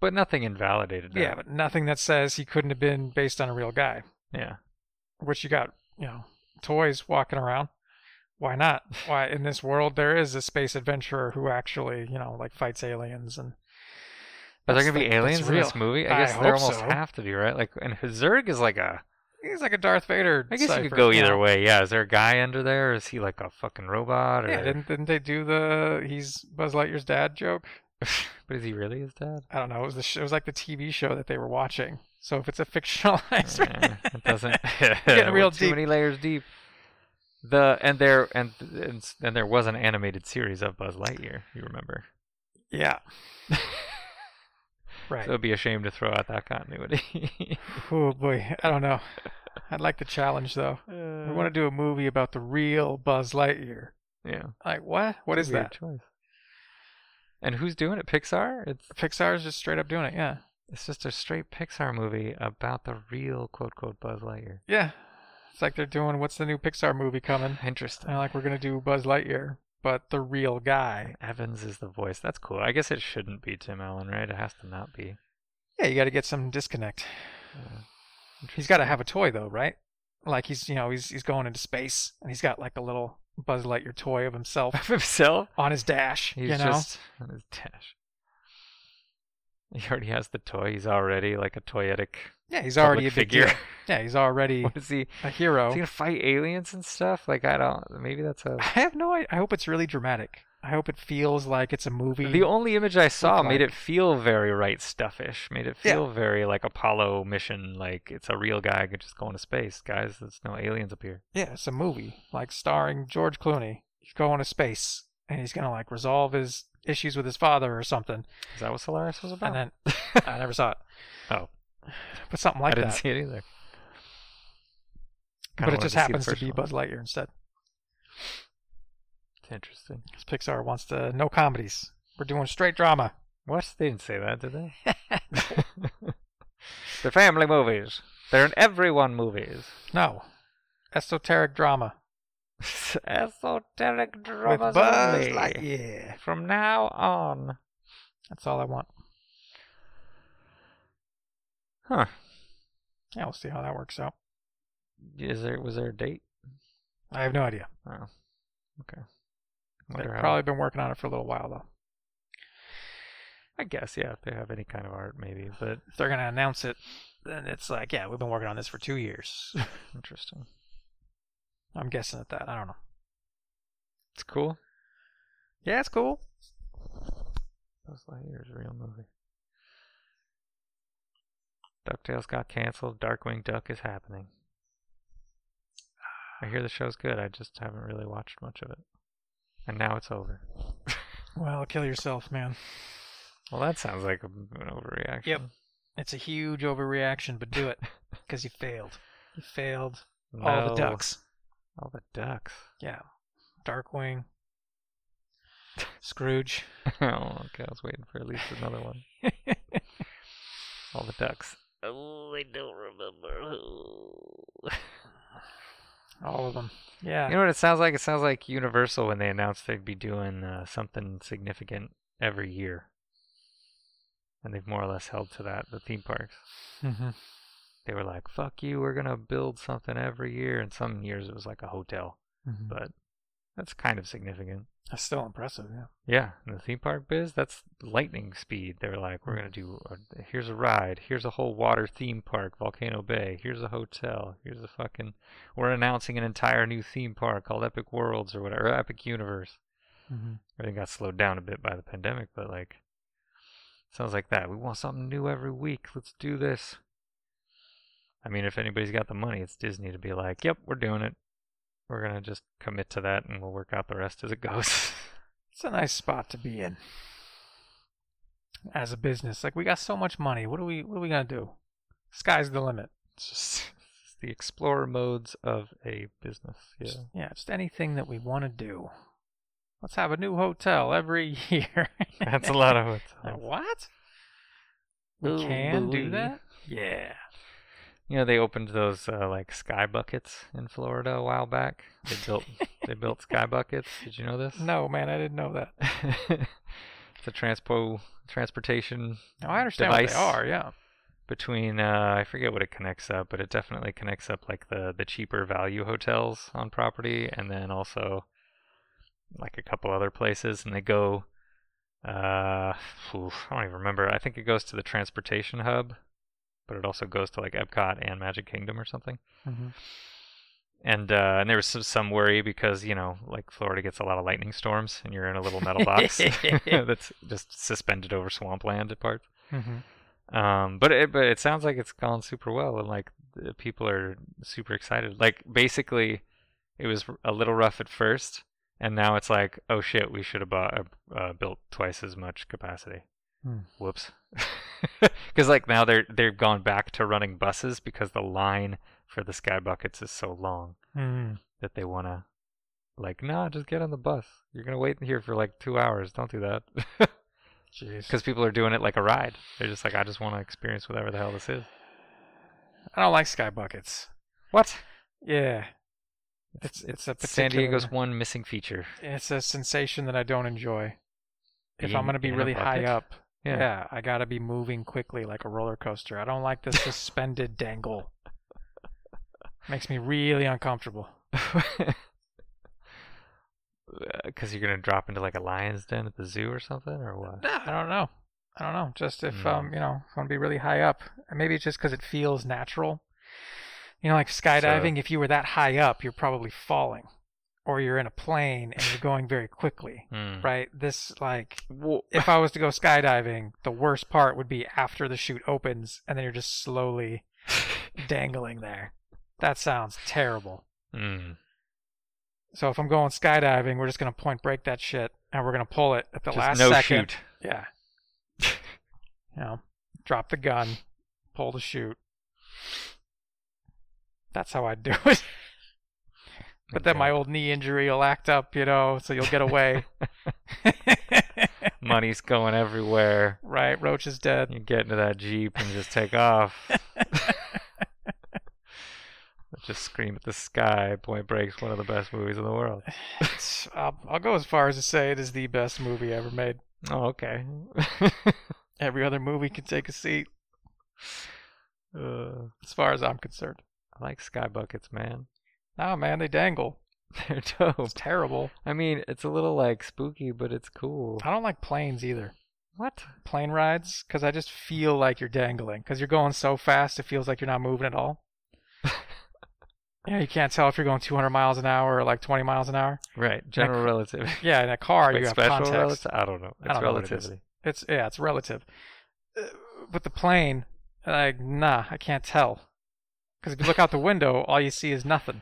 S1: But nothing invalidated that.
S3: yeah, but nothing that says he couldn't have been based on a real guy.
S1: yeah.
S3: Which you got, you know, toys walking around. Why not? Why in this world there is a space adventurer who actually, you know, like fights aliens and.
S1: Are there
S3: that's
S1: gonna be
S3: the- that's
S1: aliens in this
S3: real.
S1: movie? I
S3: I
S1: guess there
S3: hope
S1: almost
S3: so.
S1: have to be, right? Like, and Zurg is like a.
S3: He's like a Darth Vader.
S1: I guess you
S3: cipher,
S1: could go
S3: you
S1: either
S3: know?
S1: way. Yeah, is there a guy under there? Is he like a fucking robot? Or...
S3: Yeah, didn't didn't they do the he's Buzz Lightyear's dad joke?
S1: but is he really his dad?
S3: I don't know. It was the sh- it was like the TV show that they were watching. So if it's a fictionalized,
S1: Yeah, Eh, it doesn't.
S3: getting real
S1: We're Too
S3: deep.
S1: many layers deep. The and there and and and there was an animated series of Buzz Lightyear. You remember?
S3: yeah, right.
S1: So it'd be a shame to throw out that continuity.
S3: oh boy, I don't know. I'd like the challenge though. We want to do a movie about the real Buzz Lightyear.
S1: yeah.
S3: Like what? What is
S1: Weird
S3: that?
S1: choice? And who's doing it? Pixar? It's
S3: Pixar's just straight up doing it. Yeah,
S1: it's just a straight Pixar movie about the real quote quote Buzz Lightyear.
S3: yeah. It's like they're doing what's the new Pixar movie coming?
S1: Interesting.
S3: And like we're gonna do Buzz Lightyear, but the real guy.
S1: Evans is the voice. That's cool. I guess it shouldn't be Tim Allen, right? It has to not be.
S3: Yeah, you got to get some disconnect.
S1: Uh,
S3: He's got to have a toy though, right? Like he's you know he's he's going into space and he's got like a little Buzz Lightyear toy of himself
S1: of himself.
S3: on his dash.
S1: He's
S3: you know,
S1: just on his dash. He already has the toy. He's already like a toyetic
S3: yeah, he's
S1: public
S3: already a big
S1: figure.
S3: deal. Yeah, he's already
S1: what is he?
S3: a
S1: Is he
S3: hero.
S1: gonna fight aliens and stuff? Like I don't. Maybe that's a.
S3: I have no. I I hope it's really dramatic. I hope it feels like it's a movie.
S1: The only image I saw
S3: look
S1: made
S3: like-
S1: it feel very right stuffish. Made it
S3: Yeah.
S1: feel very like Apollo mission. Like it's a real guy could just go into space, guys. There's no aliens up here.
S3: yeah, it's a movie like starring George Clooney. He's going to space and he's gonna like resolve his issues with his father or something.
S1: Is that what Solaris was about?
S3: And then I never saw it.
S1: Oh.
S3: but something
S1: I
S3: like
S1: didn't
S3: that.
S1: see it either.
S3: But
S1: Kinda
S3: it
S1: wanted
S3: just
S1: see the
S3: happens to
S1: first
S3: be
S1: one.
S3: Buzz Lightyear instead.
S1: It's interesting.
S3: 'Cause Pixar wants to no comedies. We're doing straight drama.
S1: What? They didn't say that, did they? They're family movies. They're in everyone movies.
S3: No, esoteric drama
S1: Esoteric
S3: with
S1: dramas
S3: Buzz
S1: only.
S3: Lightyear.
S1: From now on.
S3: That's all I want.
S1: Huh.
S3: Yeah, we'll see how that works out.
S1: Is there was there a date?
S3: I have no idea.
S1: Oh. Okay.
S3: They've
S1: Wonder how-
S3: probably been working on it for a little while though.
S1: I guess yeah, if they have any kind of art maybe, but
S3: If they're gonna announce it, then it's like, yeah, we've been working on this for two years.
S1: interesting.
S3: I'm guessing at that. I don't know.
S1: It's cool.
S3: Yeah, it's cool.
S1: Buzz Lightyear's a real movie. DuckTales got canceled. Darkwing Duck is happening. I hear the show's good. I just haven't really watched much of it. And now it's over.
S3: Well, kill yourself, man.
S1: Well, that sounds like a, an overreaction.
S3: It's a huge overreaction, but do it because you failed. You failed all
S1: No.
S3: the ducks.
S1: All the ducks.
S3: Yeah, Darkwing, Scrooge.
S1: oh, okay. I was waiting for at least another one. All the ducks. Oh, I don't remember who.
S3: All of them. Yeah.
S1: You know what it sounds like? It sounds like Universal when they announced they'd be doing uh, something significant every year. And they've more or less held to that, the theme parks.
S3: Mm-hmm.
S1: They were like, fuck you, we're going to build something every year. And some years it was like a hotel.
S3: But
S1: But that's kind of significant.
S3: that's still impressive. Yeah.
S1: Yeah, in the theme park biz, that's lightning speed. They were like, we're going to do, a, here's a ride, here's a whole water theme park, Volcano Bay, here's a hotel, here's a fucking, we're announcing an entire new theme park called Epic Worlds or whatever, Epic Universe.
S3: Mm-hmm.
S1: Everything got slowed down a bit by the pandemic, but like, sounds like that. We want something new every week. Let's do this. I mean, if anybody's got the money, it's Disney to be like, yep, we're doing it. We're going to just commit to that and we'll work out the rest as it goes.
S3: It's a nice spot to be in as a business. Like we got so much money. What are we? What are we gonna do? Sky's the limit.
S1: It's just it's the explorer modes of a business. Yeah.
S3: Just- yeah. Just anything that we want to do. Let's have a new hotel every year.
S1: That's a lot of
S3: Like,
S1: hotels.
S3: what? We
S1: Ooh,
S3: can
S1: boy.
S3: do that? Yeah.
S1: You know, they opened those uh, like sky buckets in Florida a while back. They built they built sky buckets. Did you know this?
S3: No, man, I didn't know that.
S1: it's a transpo transportation
S3: No, I understand
S1: Device.
S3: what they are, yeah.
S1: between uh, I forget what it connects up, but it definitely connects up like the the cheaper value hotels on property, and then also like a couple other places, and they go. Uh, phew, I don't even remember. I think it goes to the transportation hub, but it also goes to like Epcot and Magic Kingdom or something. And uh, and there was some, some worry because you know like Florida gets a lot of lightning storms, and you're in a little metal box that's just suspended over swampland at parts.
S3: Mm-hmm.
S1: Um, but it but it sounds like it's gone super well, and like the people are super excited. Like basically, it was r- a little rough at first, and now it's like, oh shit, we should have bought uh, uh, built twice as much capacity.
S3: Hmm.
S1: Whoops. Because like now they're they've gone back to running buses because the line for the sky buckets is so long
S3: Mm-hmm.
S1: that they wanna like nah just get on the bus you're gonna wait here for like two hours don't do that
S3: Jeez.
S1: because people are doing it like a ride they're just like i just want to experience whatever the hell this is
S3: I don't like sky buckets.
S1: What?
S3: Yeah. It's it's a
S1: San
S3: particular,
S1: Diego's one missing feature.
S3: it's a sensation that I don't enjoy. If
S1: Being
S3: I'm going to be
S1: in a
S3: really high
S1: bucket?
S3: up,
S1: Yeah.
S3: I got to be moving quickly like a roller coaster. I don't like the suspended dangle. Makes me really uncomfortable.
S1: Because Uh, you're gonna drop into like a lion's den at the zoo or something, or what?
S3: No, I don't know. I don't know. Just if
S1: Hmm.
S3: um, you know, if I want to be really high up, and maybe it's just because it feels natural. You know, like skydiving. if you were that high up, you're probably falling, or you're in a plane and you're going very quickly.
S1: Hmm.
S3: Right. This like,
S1: Well,
S3: if I was to go skydiving, the worst part would be after the chute opens and then you're just slowly dangling there. That sounds terrible.
S1: mm.
S3: So if I'm going skydiving, we're just gonna point break that shit and we're gonna pull it at the
S1: Just
S3: last
S1: no
S3: second.
S1: shoot.
S3: Yeah. you know, drop the gun, pull the chute. That's how I'd do it. But then
S1: Okay.
S3: my old knee injury will act up, you know, so you'll get away.
S1: money's going everywhere.
S3: right, Roach is dead.
S1: You get into that jeep and just take off. just scream at the sky. Point Break's one of the best movies in the world.
S3: It's- I'll, I'll go as far as to say it is the best movie ever made.
S1: Oh, okay.
S3: Every other movie can take a seat,
S1: uh,
S3: as far as I'm concerned.
S1: I like sky buckets, man.
S3: Nah, man, they dangle.
S1: They're dope.
S3: It's terrible.
S1: I mean, it's a little like spooky, but it's cool.
S3: I don't like planes either.
S1: What?
S3: plane rides because I just feel like you're dangling because you're going so fast it feels like you're not moving at all. yeah, you can't tell if you're going 200 miles an hour or like 20 miles an hour.
S1: Right, general relativity.
S3: Yeah, in a car
S1: Wait,
S3: you have
S1: special
S3: context.
S1: relativity? I don't know.
S3: I
S1: It's
S3: don't know what it is.
S1: relativity.
S3: It's yeah, it's relative. Uh, But the plane, like nah, I can't tell because if you look out the window, all you see is nothing.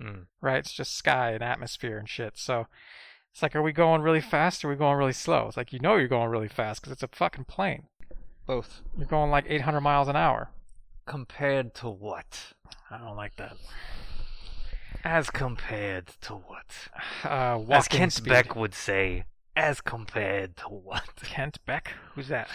S1: Mm.
S3: Right, it's just sky and atmosphere and shit. So. It's like, are we going really fast or are we going really slow? It's like, you know, you're going really fast because it's a fucking plane.
S1: Both.
S3: You're going like 800 miles an hour.
S1: Compared to what?
S3: I don't like that.
S1: As compared to what?
S3: Uh, walking speed.
S1: would say, as compared to what?
S3: Kent Beck? Who's that?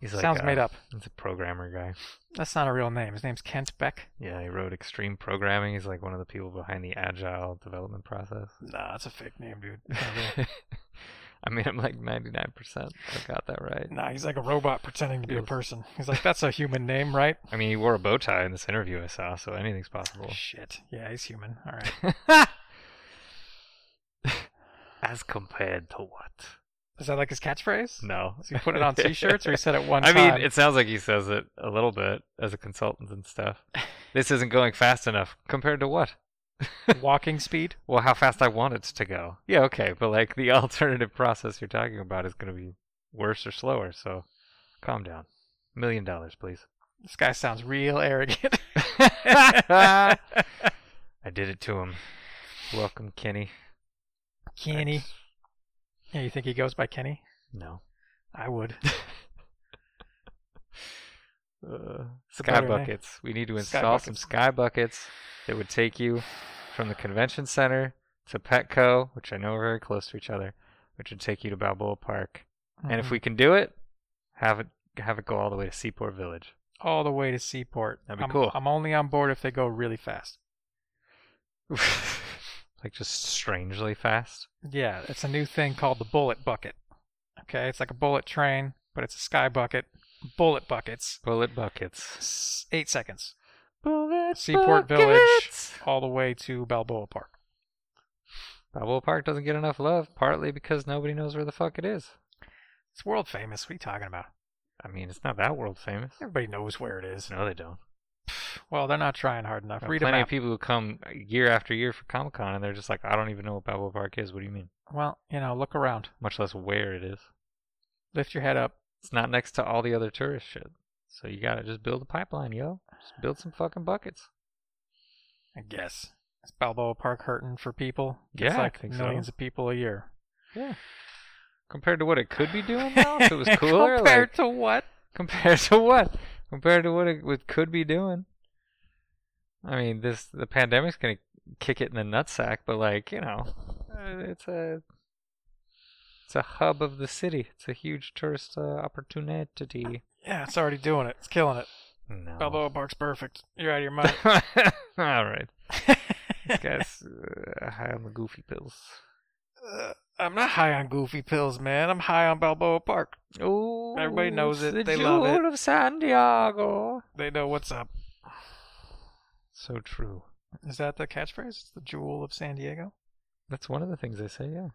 S1: He's uh,
S3: Sounds made up.
S1: He's a programmer guy.
S3: That's not a real name. His name's Kent Beck.
S1: Yeah, he wrote Extreme Programming. He's like one of the people behind the agile development process.
S3: Nah, that's a fake name, dude.
S1: Oh, I mean, I'm like 99%. I got that right.
S3: nah, he's like a robot pretending to be a
S1: Yes.
S3: person. He's like, that's a human name, right?
S1: I mean, he wore a bow tie in this interview I saw, so anything's possible.
S3: Shit. Yeah, he's human. All right.
S1: As compared to what?
S3: Is that like his catchphrase?
S1: No.
S3: Does he put it on T-shirts, or he said it one
S1: I
S3: time?
S1: mean, it sounds like he says it a little bit as a consultant and stuff. This isn't going fast enough. Compared to what?
S3: it's walking speed.
S1: Well, how fast I want it to go. Yeah, okay, but like the alternative process you're talking about is going to be worse or slower, so calm down. Million dollars, please.
S3: This guy sounds real arrogant.
S1: I did it to him. Welcome, Kenny.
S3: Kenny.
S1: Thanks.
S3: Yeah, you think he goes by Kenny?
S1: No.
S3: I would.
S1: Uh, sky
S3: better name.
S1: buckets. We need to
S3: Sky
S1: install some
S3: buckets.
S1: sky buckets that would take you from the convention center to Petco, which I know are very close to each other, which would take you to Balboa Park. And if
S3: Mhm.
S1: we can do it, have it have it go all the way to Seaport Village.
S3: all the way to Seaport.
S1: That'd be
S3: I'm,
S1: cool.
S3: I'm only on board if they go really fast.
S1: like just strangely fast.
S3: Yeah, it's a new thing called the bullet bucket. Okay, it's like a bullet train, but it's a sky bucket. Bullet buckets.
S1: Bullet buckets.
S3: S- Eight seconds.
S1: Bullet
S3: Seaport Village.
S1: buckets!
S3: All the way to Balboa Park.
S1: Balboa Park doesn't get enough love, partly because nobody knows where the fuck it is.
S3: It's world famous. What are you talking about?
S1: I mean, it's not that world famous.
S3: Everybody knows where it is.
S1: No, they don't.
S3: Well, they're not trying hard enough.
S1: There are
S3: Read a
S1: plenty of
S3: map.
S1: people who come year after year for Comic Con, and they're just like, I don't even know what Balboa Park is. What do you mean?
S3: well, you know, look around.
S1: Much less where it is.
S3: Lift your head up.
S1: It's not next to all the other tourist shit. So you gotta just build a pipeline, yo. Just build some fucking buckets.
S3: I guess. Is Balboa Park hurting for people?
S1: Yeah,
S3: it's
S1: I
S3: like
S1: think so.
S3: millions of people a year.
S1: Yeah. Compared to what it could be doing now, if it was cooler.
S3: Compared
S1: like,
S3: to what?
S1: compared to what? Compared to what it would, could be doing. I mean, this the pandemic's gonna kick it in the nutsack, but like you know, uh, it's a it's a hub of the city. It's a huge tourist uh, opportunity.
S3: Yeah, it's already doing it. It's killing it.
S1: No.
S3: Balboa Park's perfect. You're out of your mind.
S1: All right, guys, uh, high on the goofy pills.
S3: Uh, I'm not high on goofy pills, man. I'm high on Balboa Park.
S1: Oh,
S3: Everybody knows
S1: it's
S3: it.
S1: The
S3: They love it.
S1: jewel of San Diego.
S3: They know what's up.
S1: So true.
S3: Is that the catchphrase? It's the jewel of San Diego?
S1: That's one of the things they say. Yeah.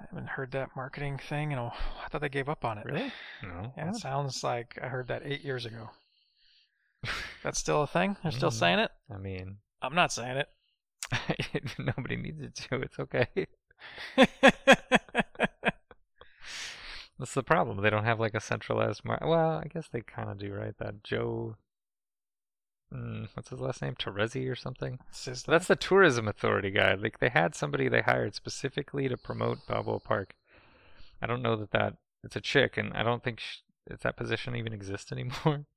S3: I haven't heard that marketing thing in a I thought they gave up on it.
S1: Really? No.
S3: Yeah, it sounds like I heard that eight years ago. That's still a thing? They're still
S1: Mm.
S3: saying it?
S1: I mean,
S3: I'm not saying it.
S1: nobody needs it to. It's okay. That's the problem. They don't have like a centralized market. Well, I guess they kind of do, right? That Joe. Mm, what's his last name? Terezi or something?
S3: Sizzler.
S1: So that's the tourism authority guy. Like they had somebody they hired specifically to promote Balboa Park. I don't know that that it's a chick, and I don't think sh if that position even exists anymore.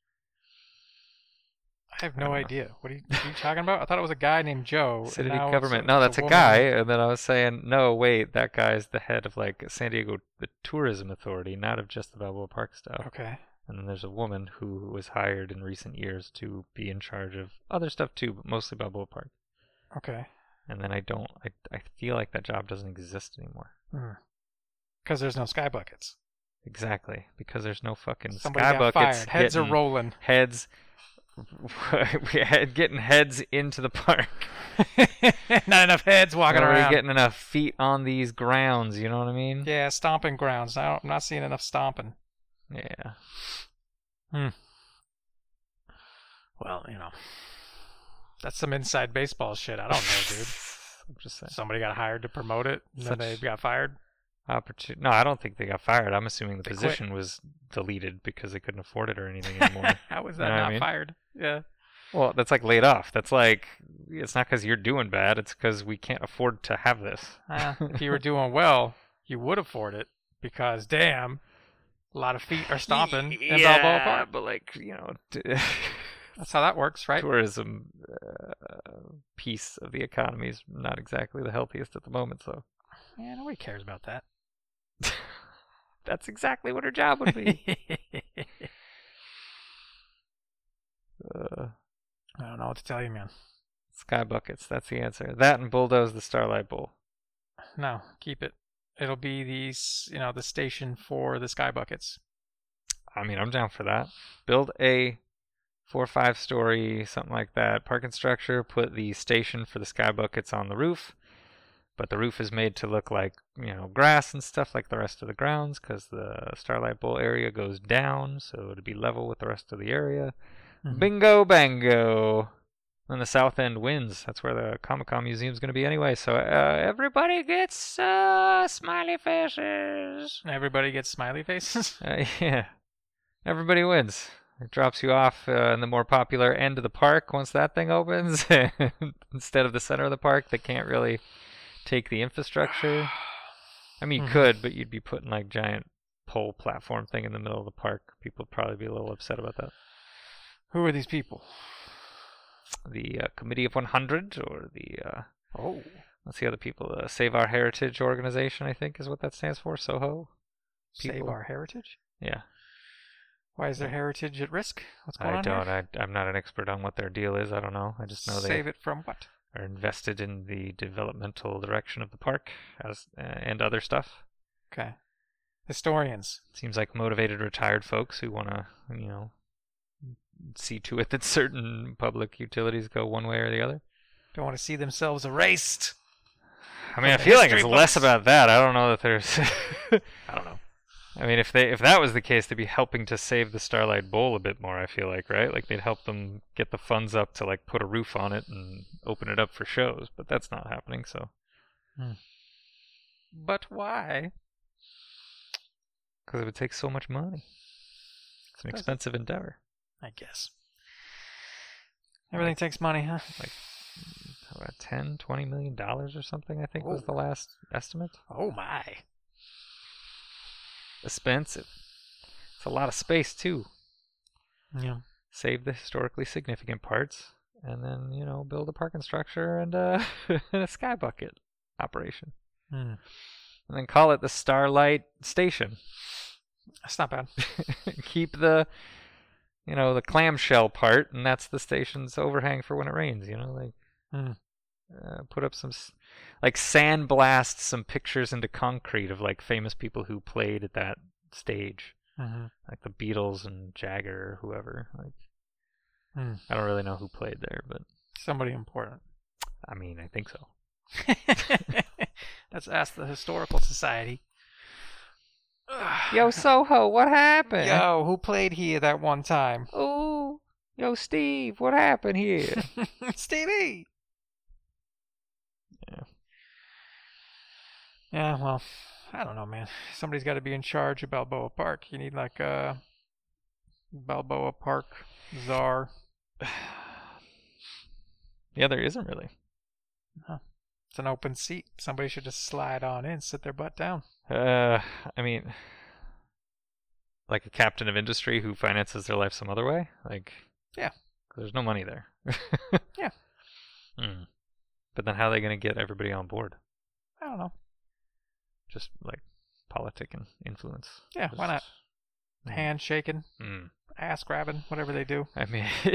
S3: I have
S1: I
S3: no
S1: don't know.
S3: idea. What are, you, what are you talking about? I thought it was a guy named Joe. and
S1: City
S3: now it's
S1: government. no, that's a,
S3: it's woman.
S1: guy. And then I was saying, no, wait, that guy's the head of like San Diego, the tourism authority, not of just the Balboa Park stuff.
S3: Okay.
S1: And then there's a woman who was hired in recent years to be in charge of other stuff too, but mostly Balboa Park.
S3: Okay.
S1: And then I don't, I, I feel like that job doesn't exist anymore.
S3: Because there's no sky buckets.
S1: Exactly, because there's no fucking
S3: Somebody
S1: sky
S3: got
S1: buckets.
S3: fired. Heads
S1: getting
S3: are rolling.
S1: Heads, we had getting heads into the park.
S3: Not enough heads walking
S1: Nobody
S3: around.
S1: getting enough feet on these grounds. You know what I mean?
S3: Yeah, stomping grounds. I don't, I'm not seeing enough stomping.
S1: Yeah.
S3: Well, you know, that's some inside baseball shit. I don't know, dude.
S1: I'm just saying.
S3: Somebody got hired to promote it, and
S1: Such-
S3: then they got fired.
S1: Opportun- no, I don't think they got fired. I'm assuming the
S3: They quit.
S1: position was deleted because they couldn't afford it or anything anymore.
S3: How was
S1: Know
S3: that
S1: what I
S3: not
S1: mean?
S3: fired? Yeah.
S1: well, that's like laid off. That's like it's not because you're doing bad. It's because we can't afford to have this.
S3: Uh, if you were doing well, you would afford it because damn, a lot of feet are stomping in Balboa
S1: Yeah,
S3: Park.
S1: but like you know, t-
S3: That's how that works, right?
S1: tourism uh, piece of the economy is not exactly the healthiest at the moment. So
S3: Yeah, nobody cares about that.
S1: that's exactly what her job would be. uh,
S3: I don't know what to tell you, man.
S1: sky buckets. That's the answer. That and bulldoze the Starlight Bowl.
S3: No, keep it. It'll be these, you know, the station for the sky buckets.
S1: I mean, I'm down for that. Build a four or five story, something like that, parking structure. Put the station for the sky buckets on the roof. But the roof is made to look like, you know, grass and stuff like the rest of the grounds because the Starlight Bowl area goes down. So it'd be level with the rest of the area.
S3: Mhm.
S1: Bingo, bango. And the South End wins. That's where the Comic Con Museum's going to be anyway. So uh, everybody gets uh, smiley faces.
S3: Everybody gets smiley faces.
S1: Uh, yeah. Everybody wins. It drops you off uh, in the more popular end of the park once that thing opens. Instead of the center of the park, they can't really take the infrastructure. I mean, you
S3: Mhm.
S1: could, but you'd be putting like giant pole platform thing in the middle of the park. People would probably be a little upset about that.
S3: Who are these people?
S1: The uh, Committee of 100 or the uh,
S3: Oh,
S1: what's the other people? Uh, Save Our Heritage organization, I think, is what that stands for. Soho.
S3: save
S1: People.
S3: our heritage.
S1: Yeah.
S3: Why is their heritage at risk? What's going
S1: I
S3: on
S1: don't.
S3: here?
S1: I, I'm not an expert on what their deal is. I don't know. I just know they
S3: Save it from what?
S1: are invested in the developmental direction of the park as uh, and other stuff.
S3: Okay. Historians.
S1: Seems like motivated retired folks who want to, you know, see to it that certain public utilities go one way or the other.
S3: Don't want to see themselves erased.
S1: I mean, I
S3: the
S1: feel like it's
S3: history
S1: less
S3: books.
S1: about that. I don't know that there's.
S3: I don't know.
S1: I mean, if they if that was the case, they'd be helping to save the Starlight Bowl a bit more. I feel like, right? Like they'd help them get the funds up to like put a roof on it and open it up for shows. But that's not happening. So
S3: Hmm. But why?
S1: because it would take so much money, it's an
S3: Does it?
S1: expensive endeavor.
S3: I guess. Everything takes money, huh?
S1: Like about 10, 20 million dollars or something. I think was
S3: Oh.
S1: the last estimate.
S3: Oh my.
S1: Expensive. It's a lot of space too.
S3: Yeah.
S1: save the historically significant parts, and then you know build a parking structure and, uh, and a sky bucket operation,
S3: Hmm.
S1: and then call it the Starlight Station.
S3: That's not bad.
S1: Keep the you know the clamshell part, and that's the station's overhang for when it rains. You know, like
S3: Hmm.
S1: uh, put up some s- like sandblast some pictures into concrete of like famous people who played at that stage,
S3: hmm
S1: like the Beatles and Jagger or whoever. Like
S3: Hmm.
S1: I don't really know who played there, but
S3: Somebody important.
S1: I mean I think so.
S3: Let's ask the historical society. Ugh.
S1: Yo, Soho, what happened?
S3: Yo, who played here that one time?
S1: Ooh. Yo, Steve, what happened here?
S3: Stevie.
S1: Yeah.
S3: Yeah, well, I don't know, man. Somebody's got to be in charge of Balboa Park. You need like a Balboa Park czar.
S1: yeah, there isn't really.
S3: It's an open seat. Somebody should just slide on in, sit their butt down.
S1: Uh, I mean, like a captain of industry who finances their life some other way? Like,
S3: Yeah.
S1: 'cause There's no money there.
S3: Yeah.
S1: Hmm. But then how are they going to get everybody on board?
S3: I don't know.
S1: Just like politic and influence.
S3: Yeah, why not? Hand shaking,
S1: Mm.
S3: ass grabbing, whatever they do.
S1: I mean,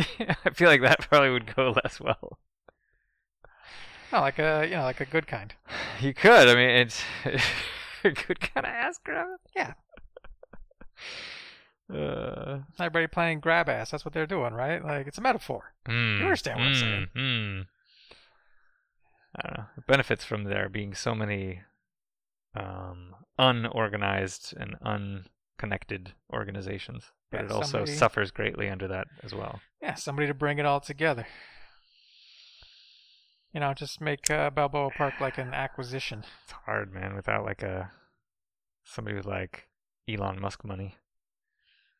S1: I feel like that probably would go less well.
S3: No, like a you know, like a good kind.
S1: You could. I mean, it's a good kind of ass grab.
S3: Yeah.
S1: Uh,
S3: Everybody playing grab ass. That's what they're doing, right? Like it's a metaphor.
S1: mm,
S3: understand what I'm saying.
S1: mm, mm. I don't know. It benefits from there being so many um, unorganized and unconnected organizations, but
S3: Yeah,
S1: it also
S3: somebody-
S1: suffers greatly under that as well.
S3: Yeah, somebody to bring it all together. You know, just make uh, Balboa Park like an acquisition.
S1: It's hard, man, without like a somebody with like Elon Musk money.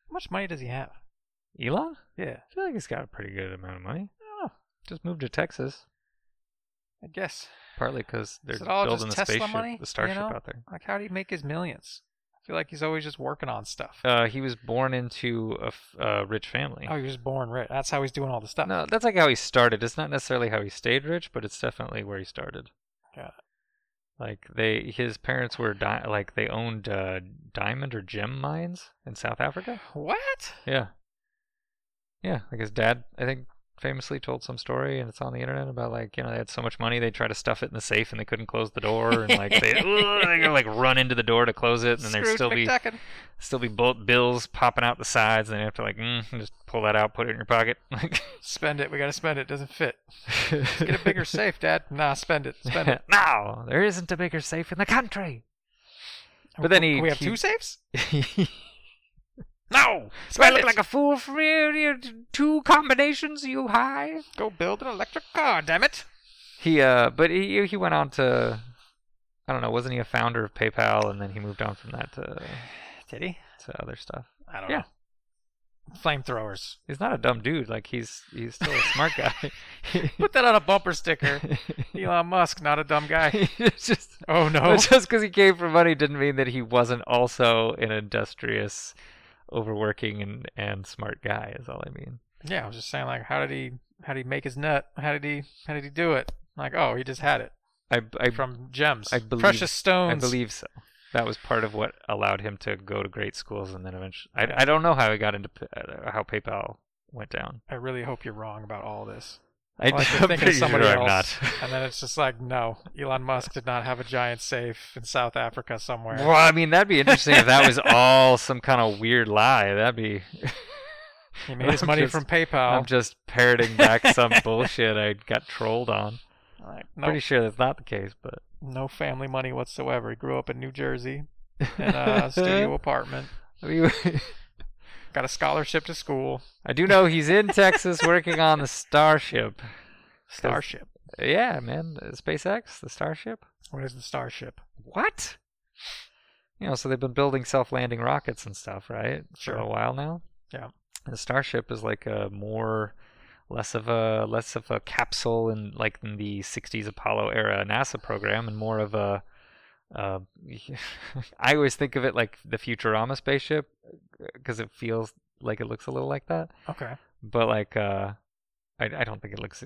S3: How much money does he have?
S1: Elon?
S3: Yeah,
S1: I feel like he's got a pretty good amount of money.
S3: I don't know.
S1: Just moved to Texas.
S3: I guess.
S1: Partly because they're
S3: it all just
S1: building the
S3: Tesla
S1: spaceship,
S3: money,
S1: the starship
S3: you know?
S1: out there.
S3: Like, how do you make his millions? I feel like he's always just working on stuff.
S1: Uh, he was born into a f- uh, rich family.
S3: oh, you're just born rich. That's how he's doing all the stuff.
S1: No, that's like how he started. It's not necessarily how he stayed rich, but it's definitely where he started.
S3: Got
S1: Like they, his parents were di- like they owned uh, diamond or gem mines in South Africa.
S3: What?
S1: Yeah, yeah. Like his dad, I think, famously told some story, and it's on the internet about like you know they had so much money they tried to stuff it in the safe and they couldn't close the door, and like they, ugh, they like run into the door to close it, and then there'd
S3: Scrooge
S1: still be
S3: McDuckin.
S1: still be bolt bills popping out the sides, and then you have to like mm, just pull that out, put it in your pocket. Like,
S3: Spend it. We gotta spend it. Doesn't fit. Get a bigger safe, Dad. Nah, spend it. Spend it.
S1: no, there isn't a bigger safe in the country. But then
S3: Can
S1: he-
S3: we have
S1: he-
S3: two safes.
S1: Do
S3: No.
S1: I
S3: Spend
S1: look
S3: it.
S1: like a fool for you? You- two combinations, you high?
S3: Go build an electric car. Damn it.
S1: He uh, but he he went on to, I don't know, wasn't he a founder of PayPal, and then he moved on from that to
S3: Did he?
S1: to other stuff.
S3: I don't
S1: Yeah.
S3: know. Flamethrowers.
S1: He's not a dumb dude. Like he's he's still a smart guy.
S3: Put that on a bumper sticker. Elon Musk, not a dumb guy.
S1: It's just
S3: Oh no.
S1: But just because he came for money didn't mean that he wasn't also an industrious, overworking, and, and smart guy. Is all I mean.
S3: Yeah, I was just saying like how did he how did he make his nut? How did he how did he do it? Like, oh, he just had it
S1: I I,
S3: from gems.
S1: I believe-
S3: precious stones.
S1: I believe so. that was part of what allowed him to go to great schools and then eventually. I, I don't know how he got into p- uh, how PayPal went down.
S3: I really hope you're wrong about all this.
S1: I,
S3: Well, I should
S1: am
S3: think of
S1: pretty
S3: somebody
S1: sure I'm
S3: else.
S1: not.
S3: And then it's just like, no, Elon Musk did not have a giant safe in South Africa somewhere.
S1: Well, I mean, that'd be interesting if that was all some kind of weird lie. That'd be.
S3: He made his
S1: I'm
S3: money
S1: just-
S3: from
S1: I'm
S3: PayPal.
S1: just parroting back some bullshit I got trolled on.
S3: Like,
S1: Pretty
S3: no,
S1: sure that's not the case, but.
S3: no family money whatsoever. He grew up in New Jersey in a studio apartment.
S1: I mean,
S3: Got a scholarship to school.
S1: I do know he's in Texas working on the Starship.
S3: Starship.
S1: Yeah, man, the SpaceX, the Starship.
S3: What is the Starship?
S1: What? You know, so they've been building self-landing rockets and stuff, right?
S3: Sure.
S1: For a while now.
S3: Yeah.
S1: The Starship is like a more less of a less of a capsule in like in the 60s Apollo era NASA program and more of a uh, I always think of it like the Futurama spaceship because it feels like it looks a little like that
S3: Okay.
S1: but like uh I, I don't think it looks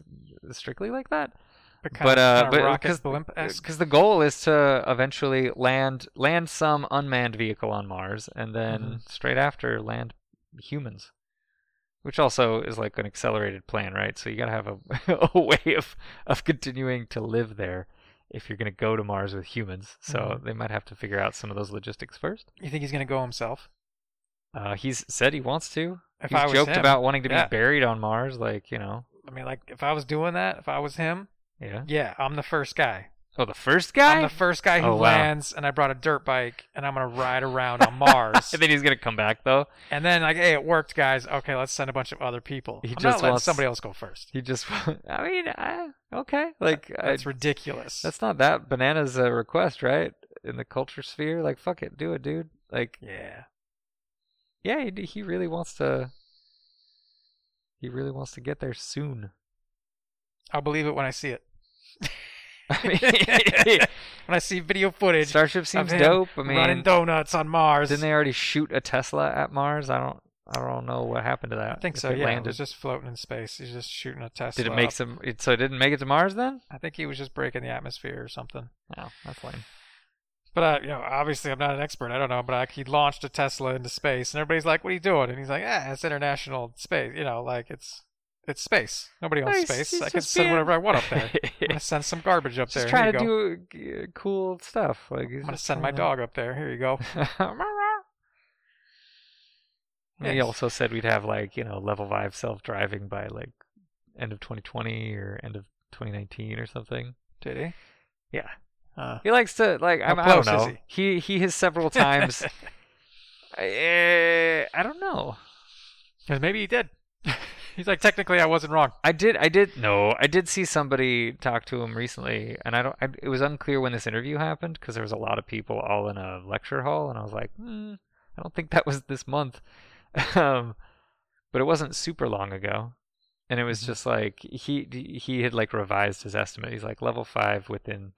S1: strictly like that
S3: But,
S1: But, uh,
S3: kinda
S1: but-
S3: rocket
S1: 'cause-
S3: blimp-esque.
S1: because the goal is to eventually land land some unmanned vehicle on Mars and then
S3: Mm-hmm.
S1: straight after land humans which also is like an accelerated plan right so you got to have a, a way of of continuing to live there if you're going to go to Mars with humans so
S3: Mhm.
S1: they might have to figure out some of those logistics first
S3: You think he's gonna go himself?
S1: uh, he's said he wants to
S3: If
S1: he's
S3: I was
S1: joked
S3: him,
S1: about wanting to
S3: yeah.
S1: be buried on Mars like you know
S3: I mean, like if I was doing that, if I was him,
S1: yeah
S3: yeah, I'm the first guy.
S1: oh the first guy
S3: I'm the first guy who
S1: Oh, wow.
S3: lands, and I brought a dirt bike, and I'm gonna ride around on Mars.
S1: I think he's gonna come back though.
S3: and then like, hey, it worked, guys. Okay, let's send a bunch of other people.
S1: He
S3: I'm not
S1: just
S3: letting
S1: wants-
S3: somebody else go first.
S1: He just, I mean, I, okay, like
S3: That's
S1: I,
S3: ridiculous.
S1: that's not that bananas a request, right? In the culture sphere, like fuck it, do it, dude. Like,
S3: yeah.
S1: yeah, he, he really wants to. He really wants to get there soon.
S3: I'll believe it when I see it.
S1: I
S3: When I see video
S1: mean,
S3: footage
S1: Starship seems
S3: him
S1: dope. I
S3: running
S1: mean,
S3: donuts on Mars.
S1: didn't they already shoot a Tesla at Mars? I don't, I don't know what happened to that.
S3: I think
S1: if
S3: so.
S1: It
S3: Yeah, it
S1: landed.
S3: was just floating in space. He's just shooting a Tesla.
S1: Did it make
S3: up.
S1: some? It, so it didn't make it to Mars then?
S3: I think he was just breaking the atmosphere or something.
S1: No, that's lame.
S3: But uh, you know, obviously, I'm not an expert. I don't know, but like, he launched a Tesla into space, and everybody's like, "What are you doing?" And he's like, "Ah, it's international space. You know, like it's it's space. Nobody owns
S1: Nice,
S3: space.
S1: he's
S3: I can
S1: just
S3: send
S1: being-
S3: whatever I want up there. I'm gonna send some garbage up
S1: Just
S3: there.
S1: trying
S3: Here
S1: to
S3: you go.
S1: do uh, g- cool stuff. Like he's
S3: I'm gonna
S1: just
S3: send my
S1: trying
S3: dog up there. Here you go.
S1: to- He
S3: Yes.
S1: also said we'd have like you know level five self driving by like end of 2020 or end of 2019 or something.
S3: Did he?
S1: Yeah,
S3: Uh,
S1: he likes to like
S3: How
S1: I'm, I don't
S3: close is
S1: know. He he has several times. I, I don't know.
S3: 'Cause maybe he did. he's like, technically, I wasn't wrong.
S1: I did. I did. No, I did see somebody talk to him recently, and I don't. I, it was unclear when this interview happened because there was a lot of people all in a lecture hall, and I was like, hmm, I don't think that was this month. um, but it wasn't super long ago, and it was
S3: Mhm.
S1: just like he he had like revised his estimate. He's like level five within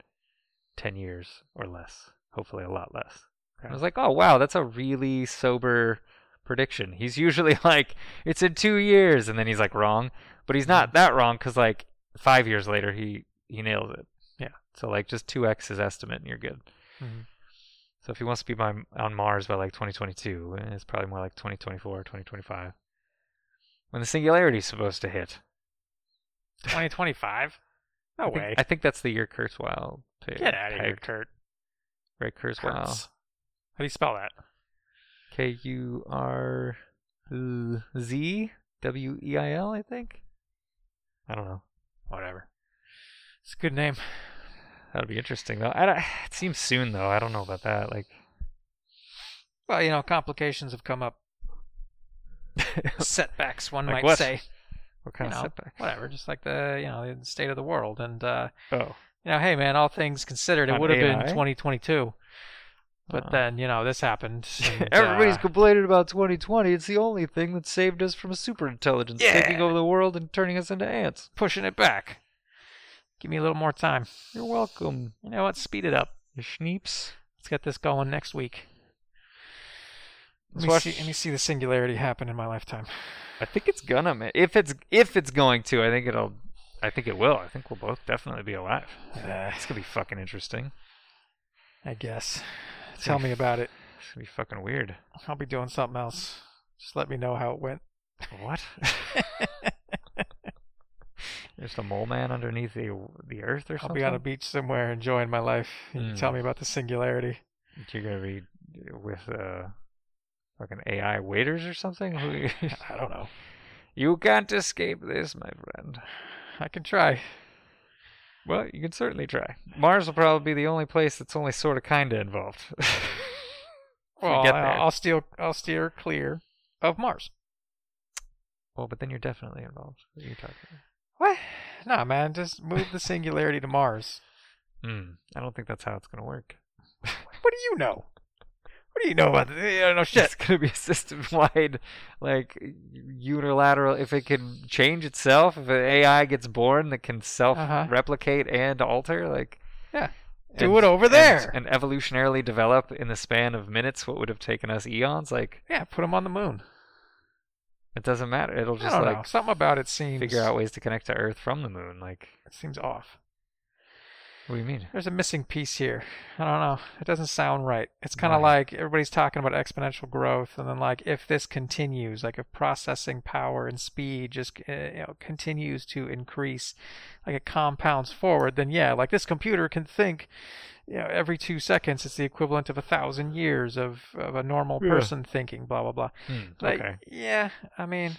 S1: ten years or less, hopefully a lot less. And I was like, oh wow, that's a really sober prediction. He's usually like, it's in two years, and then he's like wrong, but he's not that wrong because like five years later he he nails it.
S3: Yeah.
S1: So like just two x his estimate, and you're good.
S3: Mhm.
S1: So if he wants to be by, on Mars by like 2022, eh, it's probably more like 2024 or 2025 when the singularity's supposed to hit.
S3: 2025. No
S1: I think,
S3: way.
S1: I think that's the year Kurzweil. pe-
S3: Get out of here,
S1: pegged,
S3: Kurt.
S1: Right, Kurzweil.
S3: Hertz. How do you spell that?
S1: K U R Z W E I L, I think. I don't know.
S3: Whatever. It's a good name.
S1: That'll be interesting though. I don't, it seems soon though. I don't know about that. Like
S3: Well, you know, complications have come up. Setbacks, one
S1: Like
S3: might
S1: what?
S3: say.
S1: what
S3: You
S1: kind
S3: know,
S1: of setbacks?
S3: whatever. Just like the you know the state of the world, and uh,
S1: Oh,
S3: you know, hey man, all things considered, it
S1: On
S3: would have been
S1: AI?
S3: 2022. But
S1: Oh.
S3: then you know this happened. and,
S1: everybody's
S3: uh,
S1: complaining about 2020. It's the only thing that saved us from superintelligence taking
S3: Yeah.
S1: over the world and turning us into ants.
S3: pushing it back. Give me a little more time.
S1: You're welcome,
S3: You know what? Speed it up.
S1: you schneeps.
S3: Let's get this going next week. Let
S1: Let's
S3: me,
S1: watch-
S3: see, let me see the singularity happen in my lifetime.
S1: I think it's gonna. ma- If it's if it's going to, I think it'll. I think it will. I think we'll both definitely be alive.
S3: Uh,
S1: It's gonna be fucking interesting.
S3: I guess. Tell me about it.
S1: It's gonna be fucking weird.
S3: I'll be doing something else. Just let me know how it went.
S1: What? There's the mole man underneath the the earth or
S3: I'll
S1: something.
S3: be on a beach somewhere enjoying my life. And you
S1: Mm.
S3: tell me about the singularity.
S1: You're gonna be with uh, fucking AI waiters or something. Who-
S3: I don't know.
S1: you can't escape this, my friend.
S3: I can try.
S1: Well, you can certainly try. Mars will probably be the only place that's only sort of kinda involved. we
S3: Well,
S1: get
S3: I'll,
S1: there.
S3: I'll steal. I'll steer clear of Mars.
S1: well, but then you're definitely involved. What are you talking about?
S3: What? Nah, man. Just move the singularity to Mars.
S1: Hmm. I don't think that's how it's gonna work.
S3: What do you know? What do you know about this? I don't know shit.
S1: It's gonna be a system-wide, like unilateral. If it can change itself, if an AI gets born that can Uh-huh. self-replicate and alter, like
S3: Yeah.
S1: and-
S3: Do it over
S1: and-
S3: there.
S1: and, evolutionarily develop in the span of minutes what would have taken us eons. Like
S3: yeah, put them on the moon.
S1: it doesn't matter. It'll
S3: I
S1: just
S3: don't
S1: like
S3: know. Something about it seems
S1: figure out ways to connect to Earth from the moon. Like
S3: It seems off.
S1: what do you mean?
S3: There's a missing piece here. I don't know. It doesn't sound right. It's kind of
S1: Right.
S3: like everybody's talking about exponential growth, and then like if this continues, like if processing power and speed just uh, you know continues to increase, like it compounds forward, then yeah, like this computer can think, you know, every two seconds it's the equivalent of a thousand years of of a normal
S1: Yeah.
S3: person thinking. Blah blah blah.
S1: Hmm,
S3: Like,
S1: okay.
S3: yeah, I mean,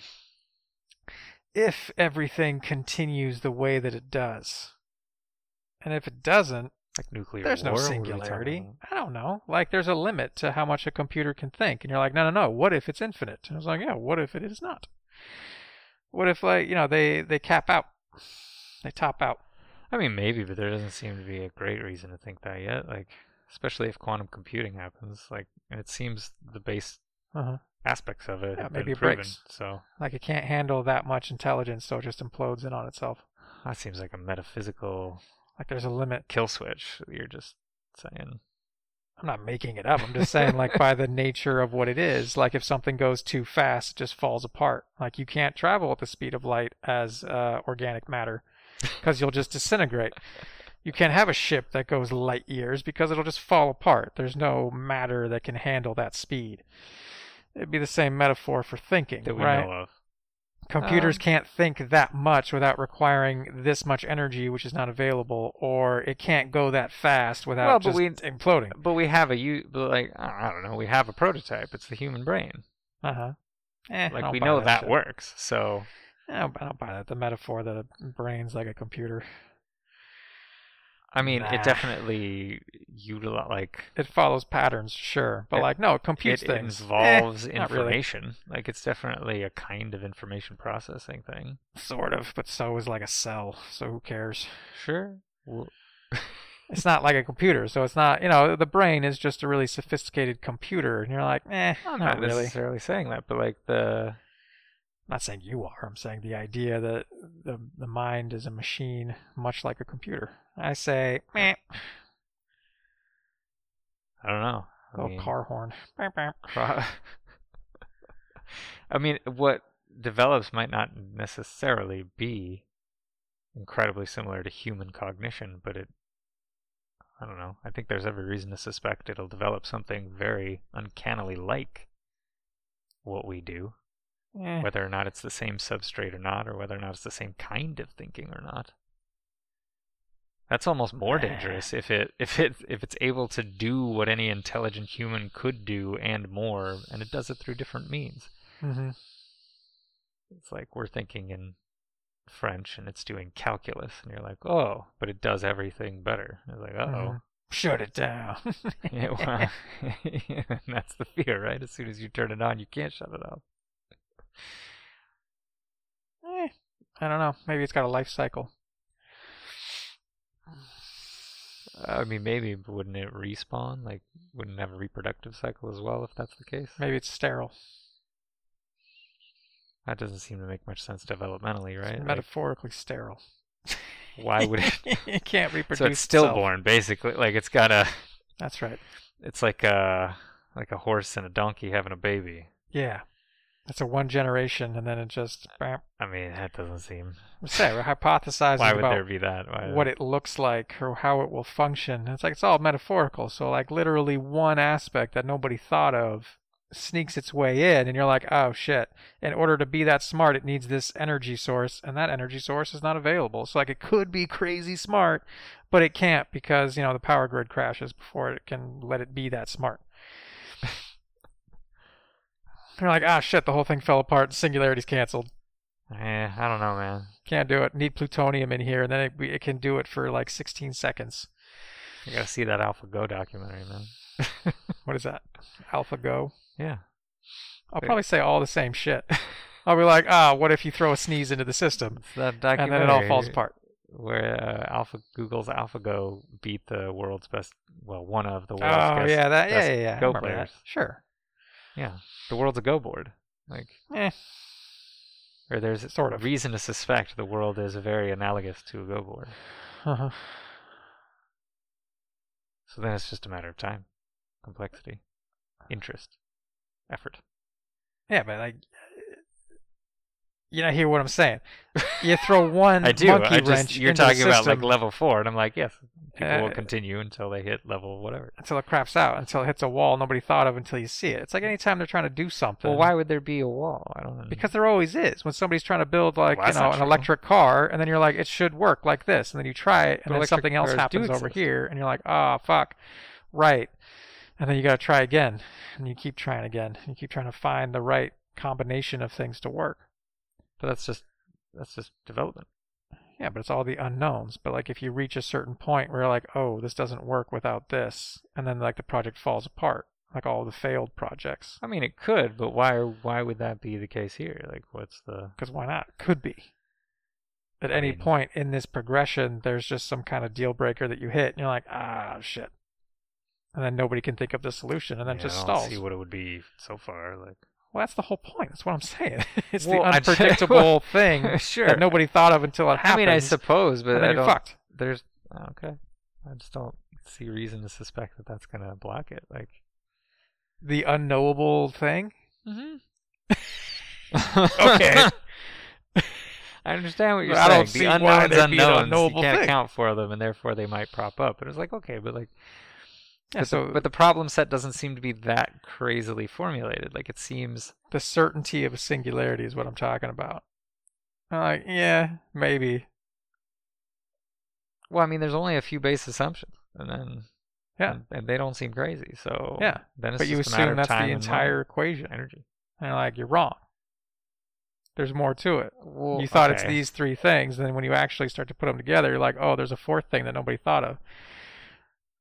S3: if everything continues the way that it does, and if it doesn't,
S1: Like nuclear
S3: there's no
S1: war, what are we talking
S3: singularity.
S1: about?
S3: I don't know. Like, there's a limit to how much a computer can think, and you're like, no, no, no. What if it's infinite? And I was like, yeah. What if it is not? What if, like, you know, they they cap out, they top out.
S1: I mean, maybe, but there doesn't seem to be a great reason to think that yet. Like, especially if quantum computing happens. Like, and it seems the base
S3: Uh-huh.
S1: aspects of it
S3: Yeah,
S1: have
S3: maybe
S1: been
S3: it
S1: proven.
S3: breaks.
S1: So
S3: Like, it can't handle that much intelligence, so it just implodes in on itself.
S1: that seems like a metaphysical
S3: Like, there's a limit.
S1: kill switch. that You're just saying.
S3: I'm not making it up. I'm just saying, like, by the nature of what it is, like, if something goes too fast, it just falls apart. Like, you can't travel at the speed of light as uh, organic matter because you'll just disintegrate. You can't have a ship that goes light years because it'll just fall apart. There's no matter that can handle that speed. It'd be the same metaphor for thinking,
S1: That we
S3: right?
S1: know of.
S3: Computers
S1: Um,
S3: can't think that much without requiring this much energy, which is not available, or it can't go that fast without
S1: Well, but
S3: just
S1: we-
S3: imploding.
S1: But we have a u- but like I I don't know. We have a prototype. It's the human brain.
S3: Uh huh. Eh, I
S1: Uh-huh. Like
S3: don't
S1: we
S3: buy
S1: know that
S3: shit.
S1: works. So
S3: I don't, I don't buy that. The metaphor that a brain's like a computer.
S1: I mean,
S3: Nah.
S1: it definitely utilize like
S3: It follows patterns, sure, but
S1: It-
S3: like no, it computes
S1: it
S3: things. Eh,
S1: involves
S3: not really.
S1: information. Like it's definitely a kind of information processing thing.
S3: sort of, but so is like a cell. So who cares?
S1: Sure. Well,
S3: It's not like a computer, so it's not. You know, the brain is just a really sophisticated computer, and you're like, eh,
S1: I'm not
S3: not really.
S1: necessarily saying that, but like the
S3: I'm not saying you are. I'm saying the idea that the the mind is a machine, much like a computer. I say, meh.
S1: I don't know. I
S3: Little
S1: mean,
S3: car horn. Bah, bah.
S1: pro- I mean, what develops might not necessarily be incredibly similar to human cognition, but it. I don't know. I think there's every reason to suspect it'll develop something very uncannily like what we do,
S3: Eh.
S1: whether or not it's the same substrate or not, or whether or not it's the same kind of thinking or not. That's almost more dangerous if it if it if it's able to do what any intelligent human could do and more, and it does it through different means.
S3: Mm-hmm.
S1: It's like we're thinking in French and it's doing calculus, and you're like, oh, but it does everything better. It's like, oh,
S3: mm-hmm. Shut it down.
S1: that's the fear, right? As soon as you turn it on, you can't shut it off.
S3: Eh, I don't know. Maybe it's got a life cycle.
S1: I mean, maybe but wouldn't it respawn? Like, wouldn't it have a reproductive cycle as well if that's the case?
S3: Maybe it's sterile.
S1: That doesn't seem to make much sense developmentally,
S3: It's
S1: right? Like,
S3: metaphorically sterile.
S1: why would it?
S3: it can't reproduce?
S1: so it's
S3: itself.
S1: stillborn, basically. Like it's got a,
S3: That's right.
S1: it's like a, like a horse and a donkey having a baby.
S3: Yeah. That's a one generation, and then it just. bam.
S1: I mean, that doesn't seem.
S3: Say we're hypothesizing
S1: Why would
S3: about
S1: there be that? Why,
S3: what it looks like or how it will function. It's like it's all metaphorical. So like literally one aspect that nobody thought of sneaks its way in and you're like, "Oh shit. In order to be that smart, it needs this energy source and that energy source is not available." So like it could be crazy smart, but it can't because, you know, the power grid crashes before it can let it be that smart. You're like, "Ah shit, the whole thing fell apart. Singularity's canceled."
S1: Eh, I don't know, man.
S3: Can't do it. Need plutonium in here, and then it, it can do it for like 16 seconds.
S1: You gotta see that AlphaGo documentary, man.
S3: What is that? AlphaGo.
S1: yeah.
S3: I'll
S1: Wait.
S3: probably say all the same shit. I'll be like, ah, what if you throw a sneeze into the system,
S1: It's that
S3: and
S1: documentary.
S3: then it all falls apart?
S1: Where uh, Alpha Google's AlphaGo beat the world's best, well, one of the
S3: Oh
S1: world's best.
S3: yeah, that yeah
S1: best
S3: yeah yeah. I
S1: Go
S3: remember that.
S1: players.
S3: Sure.
S1: Yeah. The world's a Go board. Like,
S3: Eh.
S1: or there's
S3: Sort of.
S1: reason to suspect the world is very analogous to a Go board.
S3: Uh-huh.
S1: So then it's just a matter of time, complexity, interest, effort.
S3: Yeah, but like, you know, hear what I'm saying? You throw one
S1: I do.
S3: monkey
S1: I just,
S3: wrench
S1: you're
S3: into the
S1: talking about like
S3: system
S1: level four, and I'm like, yes, people will
S3: Uh,
S1: continue until they hit level whatever.
S3: until it craps out, until it hits a wall nobody thought of until you see it. It's like anytime they're trying to do something.
S1: Well, why would there be a wall? I don't know.
S3: Because there always is. When somebody's trying to build like
S1: Well,
S3: you
S1: that's
S3: know
S1: not
S3: an
S1: true.
S3: electric car, and then you're like, it should work like this, and then you try it,
S1: But
S3: and then
S1: electric
S3: something else
S1: cars do
S3: happens over
S1: exist.
S3: here, and you're like, ah, fuck, right, and then you got to try again, and you keep trying again, you keep trying to find the right combination of things to work.
S1: but that's just that's just development.
S3: Yeah, but it's all the unknowns. But like if you reach a certain point where you're like, oh, this doesn't work without this, and then like the project falls apart, like all the failed projects.
S1: I mean, it could, but why? Why would that be the case here? Like, what's the?
S3: because why not? Could be. At
S1: I
S3: any
S1: mean-
S3: point in this progression, there's just some kind of deal breaker that you hit, and you're like, ah, shit. And then nobody can think of the solution, and then
S1: Yeah,
S3: it just
S1: I don't
S3: stalls.
S1: See what it would be so far. Like,
S3: well, that's the whole point. That's what I'm saying. it's
S1: Well,
S3: the
S1: I-
S3: unpredictable thing
S1: sure.
S3: that nobody thought of until it happens.
S1: I mean, I suppose, but
S3: and
S1: I
S3: then you're
S1: don't.
S3: fucked.
S1: There's okay. I just don't see reason to suspect that that's gonna block it. Like,
S3: The unknowable thing. Mm-hmm.
S1: okay. I understand what you're
S3: But I
S1: saying.
S3: don't
S1: the
S3: see why
S1: unknowns,
S3: there'd be an
S1: unknowns.
S3: unknowable
S1: you can't
S3: thing.
S1: account for them, and therefore they might prop up. But it's like, okay, but like,
S3: Yeah,
S1: but,
S3: so
S1: the, but the problem set doesn't seem to be that crazily formulated. Like, it seems
S3: the certainty of a singularity is what I'm talking about. I'm like, yeah, maybe.
S1: Well, I mean, there's only a few base assumptions, and then
S3: Yeah.
S1: and, and they don't seem crazy. So
S3: Yeah,
S1: then it's
S3: but you
S1: just a matter
S3: assume
S1: of
S3: that's the
S1: time and money,
S3: entire equation.
S1: energy.
S3: And you're like, you're wrong. There's more to it.
S1: Well,
S3: you thought it's
S1: okay.
S3: these three things, and then when you actually start to put them together, you're like, oh, there's a fourth thing that nobody thought of.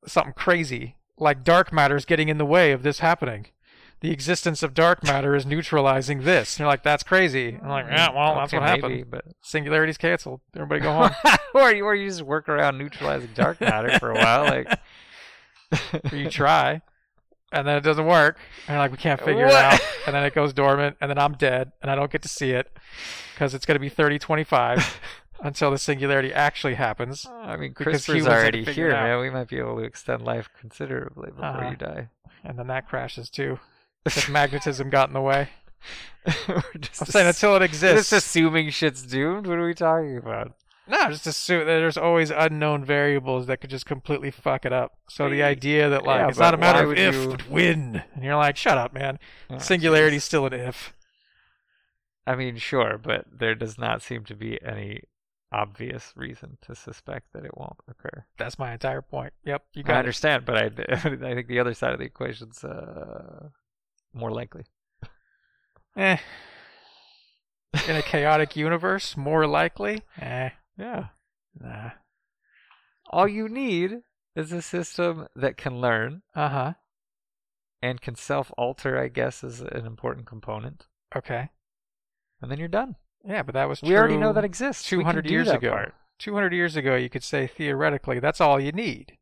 S3: Something crazy, like dark matter is getting in the way of this happening. The existence of dark matter is neutralizing this. And you're like, that's crazy. I'm like, yeah, well, that's
S1: Okay,
S3: what
S1: maybe,
S3: happened. Singularity's canceled. Everybody go home.
S1: But or you or you just work around neutralizing dark matter for a while, like
S3: Or you try, and then it doesn't work. And you're like, we can't figure it
S1: What?
S3: out. And then it goes dormant, and then I'm dead, and I don't get to see it because it's going to be 30 25 until the singularity actually happens.
S1: I mean,
S3: Because
S1: CRISPR's
S3: humans had to
S1: already
S3: figure it
S1: here,
S3: out.
S1: man. We might be able to extend life considerably before
S3: Uh-huh.
S1: you die.
S3: And then that crashes too. If magnetism got in the way.
S1: We're just
S3: I'm saying
S1: ass-
S3: until it
S1: we're
S3: exists.
S1: just assuming shit's doomed. What are we talking about?
S3: no, just assume that there's always unknown variables that could just completely fuck it up. So the
S1: Yeah,
S3: idea that like
S1: yeah,
S3: it's not a
S1: but why
S3: matter of
S1: would
S3: if,
S1: you- Oh,
S3: but when, and you're like, shut up, man.
S1: Yeah.
S3: Singularity's still an if.
S1: I mean, sure, but there does not seem to be any obvious reason to suspect that it won't occur.
S3: That's my entire point. Yep, you
S1: I
S3: got it.
S1: understand, but I, I think the other side of the equation's uh, more likely.
S3: Eh. In a chaotic universe, more likely. Eh,
S1: Yeah.
S3: nah.
S1: All you need is a system that can learn
S3: Uh huh.
S1: and can self-alter. I guess is an important component,
S3: Okay.
S1: and then you're done.
S3: Yeah, but that was
S1: We already know
S3: true
S1: that exists. We can
S3: 200
S1: do
S3: years
S1: that
S3: ago.
S1: part.
S3: 200 years ago, you could say theoretically, that's all you need.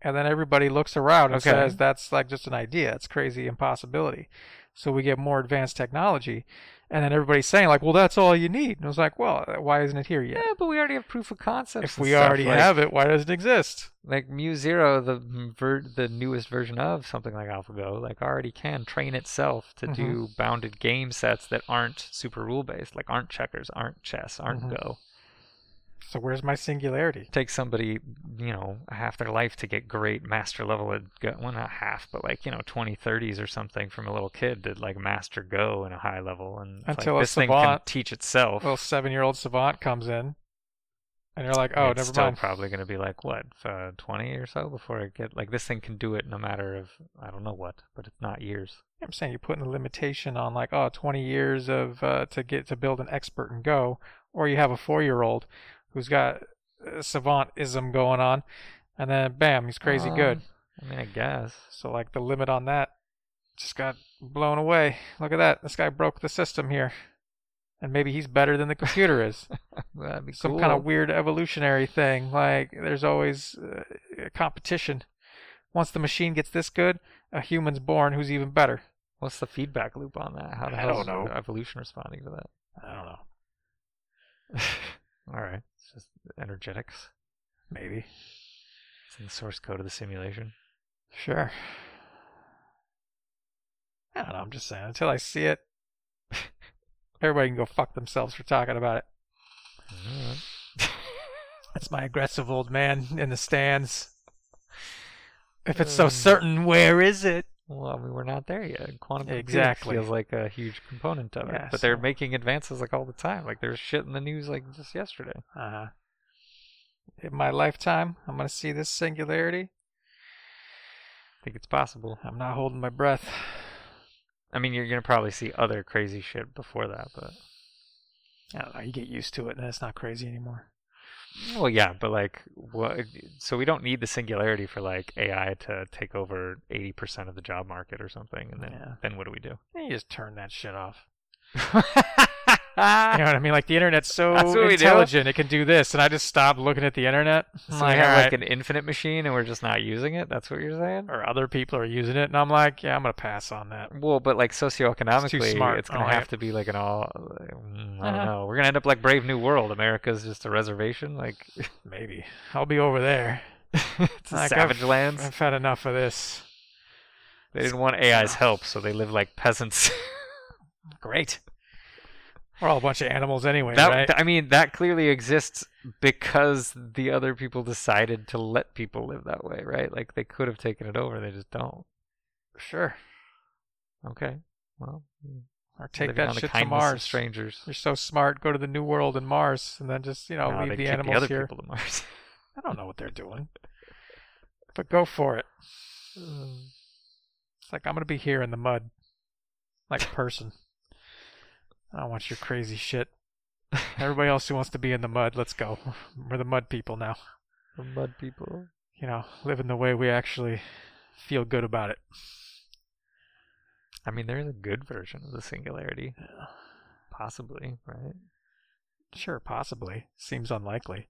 S3: And then everybody looks around and
S1: Okay.
S3: says, that's like just an idea. It's crazy impossibility. So we get more advanced technology. And then everybody's saying like, "Well, that's all you need." And I was like, "Well, uh, why isn't it here
S1: Yeah,
S3: yet?
S1: but we already have proof of concept.
S3: if we already have it, why does it exist?"
S1: like Mu Zero, the ver- the newest version of something like AlphaGo, like already can train itself to
S3: Mhm.
S1: do bounded game sets that aren't super rule based, like aren't checkers, aren't chess, aren't
S3: Mhm.
S1: Go.
S3: So where's my singularity?
S1: It takes somebody, you know, half their life to get great master level at Go. Well, not half, but like you know, 20, 30s or something from a little kid to like master Go in a high level, and it's like,
S3: Until a
S1: this thing
S3: savant-
S1: can teach itself.
S3: Well, seven-year-old savant comes in, and you're like,
S1: I mean,
S3: "Oh,
S1: it's
S3: never
S1: still
S3: mind."
S1: probably going to be like what uh, 20 or so before it get like this thing can do it in a matter of I don't know what, but it's not years.
S3: I'm saying you're putting a limitation on like, oh, 20 years of uh, to get to build an expert and go, or you have a four-year-old who's got uh, savantism going on, and then bam, he's crazy
S1: Um,
S3: good.
S1: I mean, I guess.
S3: So like the limit on that just got blown away. Look at that, this guy broke the system here, and maybe he's better than the computer is.
S1: That'd be
S3: Some kind of weird evolutionary thing. Like there's always uh, competition. Once the machine gets this good, a human's born who's even better.
S1: What's the feedback loop on that? How the
S3: I
S1: hell
S3: don't know.
S1: evolution responding to that?
S3: I don't know.
S1: All right, it's just energetics.
S3: Maybe.
S1: It's in the source code of the simulation.
S3: Sure. I don't know. I'm just saying. Until I see it, everybody can go fuck themselves for talking about it.
S1: Alright.
S3: That's my aggressive old man in the stands. If it's so
S1: Um,
S3: certain, where is it?
S1: Well, I mean, we're not there yet. Quantum computing
S3: Exactly.
S1: feels like a huge component of it,
S3: Yeah,
S1: but they're
S3: so-
S1: making advances like all the time. Like there's shit in the news like just yesterday.
S3: Uh-huh. In my lifetime, I'm going to see this singularity.
S1: I think it's possible.
S3: I'm not holding my breath.
S1: I mean, you're gonna probably see other crazy shit before that, but
S3: I don't know. You get used to it, and it's not crazy anymore.
S1: Well, yeah, but like, what? So we don't need the singularity for like AI to take over eighty percent of the job market or something, and then
S3: Yeah.
S1: then what do we do?
S3: You just turn that shit off. You
S1: That's
S3: know what I mean? Like the internet's so
S1: That's what we do.
S3: intelligent, it can do this, and I just stop looking at the internet.
S1: So
S3: I'm
S1: we
S3: like,
S1: have
S3: "All
S1: like
S3: right."
S1: an infinite machine, and we're just not using it. That's what you're saying?
S3: or other people are using it, and I'm like, yeah, I'm gonna pass on that.
S1: Well, but like socioeconomically, it's,
S3: smart. I
S1: gonna
S3: don't like
S1: have
S3: it.
S1: to be like an all. mm, I don't
S3: Uh-huh.
S1: know. We're gonna end up like Brave New World. America's just a reservation. Like
S3: Maybe I'll be over there.
S1: it's a
S3: Like,
S1: savage
S3: I've-
S1: lands.
S3: I've had enough of this.
S1: They didn't want AI's help, so they live like peasants.
S3: Great. We're all a bunch of animals anyway,
S1: That
S3: right?
S1: I mean, that clearly exists because the other people decided to let people live that way, right? Like they could have taken it over, they just don't.
S3: sure.
S1: Okay, well,
S3: Or take
S1: living on
S3: that
S1: the
S3: shit to
S1: kindness of
S3: Mars.
S1: strangers.
S3: You're so smart. Go to the New World and Mars, and then just you know
S1: No, they
S3: leave the
S1: kick
S3: animals
S1: the other
S3: here.
S1: people to Mars.
S3: I don't know what they're doing, but go for it. It's like I'm gonna be here in the mud, like a person. I don't want your crazy shit. Everybody else who wants to be in the mud, let's go. We're the mud people now.
S1: the mud people.
S3: you know, living the way we actually feel good about it.
S1: I mean, there is a good version of the singularity, possibly, right?
S3: Sure, possibly. Seems unlikely.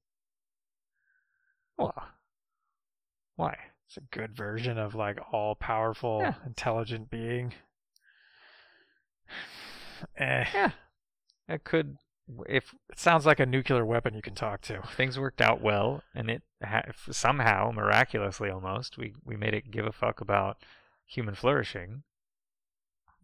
S1: Well, why?
S3: It's a good version of like all powerful,
S1: Yeah.
S3: intelligent being. Eh.
S1: Yeah. It could, if
S3: It sounds like a nuclear weapon you can talk to.
S1: things worked out well, and it ha- f- somehow, miraculously almost, we, we made it give a fuck about human flourishing.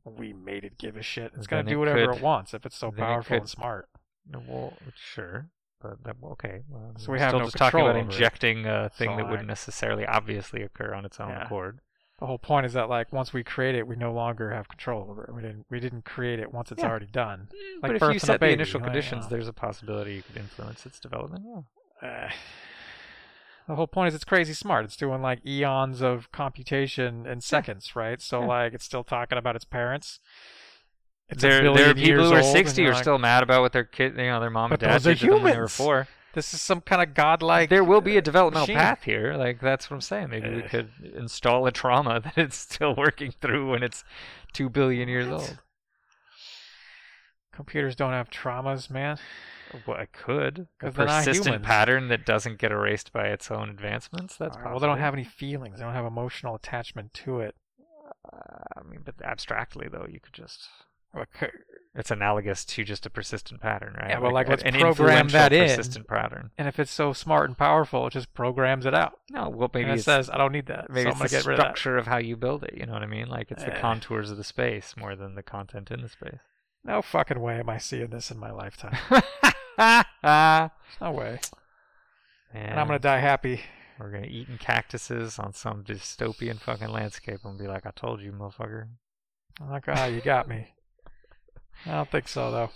S3: We made it give a shit. It's gonna
S1: Then
S3: do
S1: it
S3: whatever
S1: could-
S3: it wants if it's so
S1: then it
S3: powerful and
S1: could-
S3: smart.
S1: No, Well, sure, but that, well, okay. Well,
S3: So
S1: we're
S3: we have
S1: still
S3: no
S1: just talking
S3: control
S1: about
S3: over it.
S1: injecting a thing
S3: So,
S1: that
S3: like-
S1: wouldn't necessarily obviously occur on its own
S3: Yeah.
S1: accord.
S3: The whole point is that like once we create it, we no longer have control over it. We didn't we didn't create it once it's
S1: Yeah.
S3: already done. Like
S1: but if
S3: birthing
S1: you
S3: a
S1: set
S3: baby,
S1: the initial
S3: like,
S1: conditions,
S3: yeah.
S1: there's a possibility you could influence its development. Yeah.
S3: Uh, the whole point is it's crazy smart. It's doing like eons of computation in seconds, right? So
S1: Yeah.
S3: like it's still talking about its parents. It's a
S1: there, there are
S3: billion
S1: people
S3: years
S1: who are
S3: old, and
S1: 60
S3: you're
S1: are
S3: like,
S1: still mad about what their kid, you know, their mom
S3: But
S1: and dad
S3: those are
S1: did to them when they were
S3: humans.
S1: four.
S3: This is some kind of godlike.
S1: there will be
S3: uh,
S1: a developmental
S3: machine. Uh,
S1: path here. Like that's what I'm saying. Maybe we
S3: Ugh.
S1: could install a trauma that it's still working through when it's two billion years
S3: What?
S1: old.
S3: Computers don't have traumas, man.
S1: Well, I could. A
S3: 'Cause they're not
S1: persistent
S3: humans.
S1: pattern that doesn't get erased by its own advancements. That's
S3: All right,
S1: possible.
S3: well, they don't have any feelings. They don't have emotional attachment to it.
S1: Uh, I mean, but abstractly though, you could just
S3: Or c-
S1: It's analogous to just a persistent pattern, right?
S3: Yeah, well, like, let's
S1: an
S3: program that
S1: influential
S3: in.
S1: persistent pattern.
S3: And if it's so smart and powerful, it just programs it out.
S1: No, well, maybe
S3: Maybe and it
S1: it's
S3: says, I don't need that.
S1: maybe
S3: so I'm
S1: it's
S3: going to
S1: the
S3: get rid of that.
S1: structure of how you build it. You know what I mean? Like it's the
S3: Eh.
S1: contours of the space more than the content in the
S3: No fucking way am I seeing this in my lifetime.
S1: space.
S3: No way. And
S1: and
S3: I'm going to die happy.
S1: We're gonna eat in cactuses on some dystopian fucking landscape and be like, "I told you, motherfucker."
S3: I'm like, ah, you got me. I don't think so, though.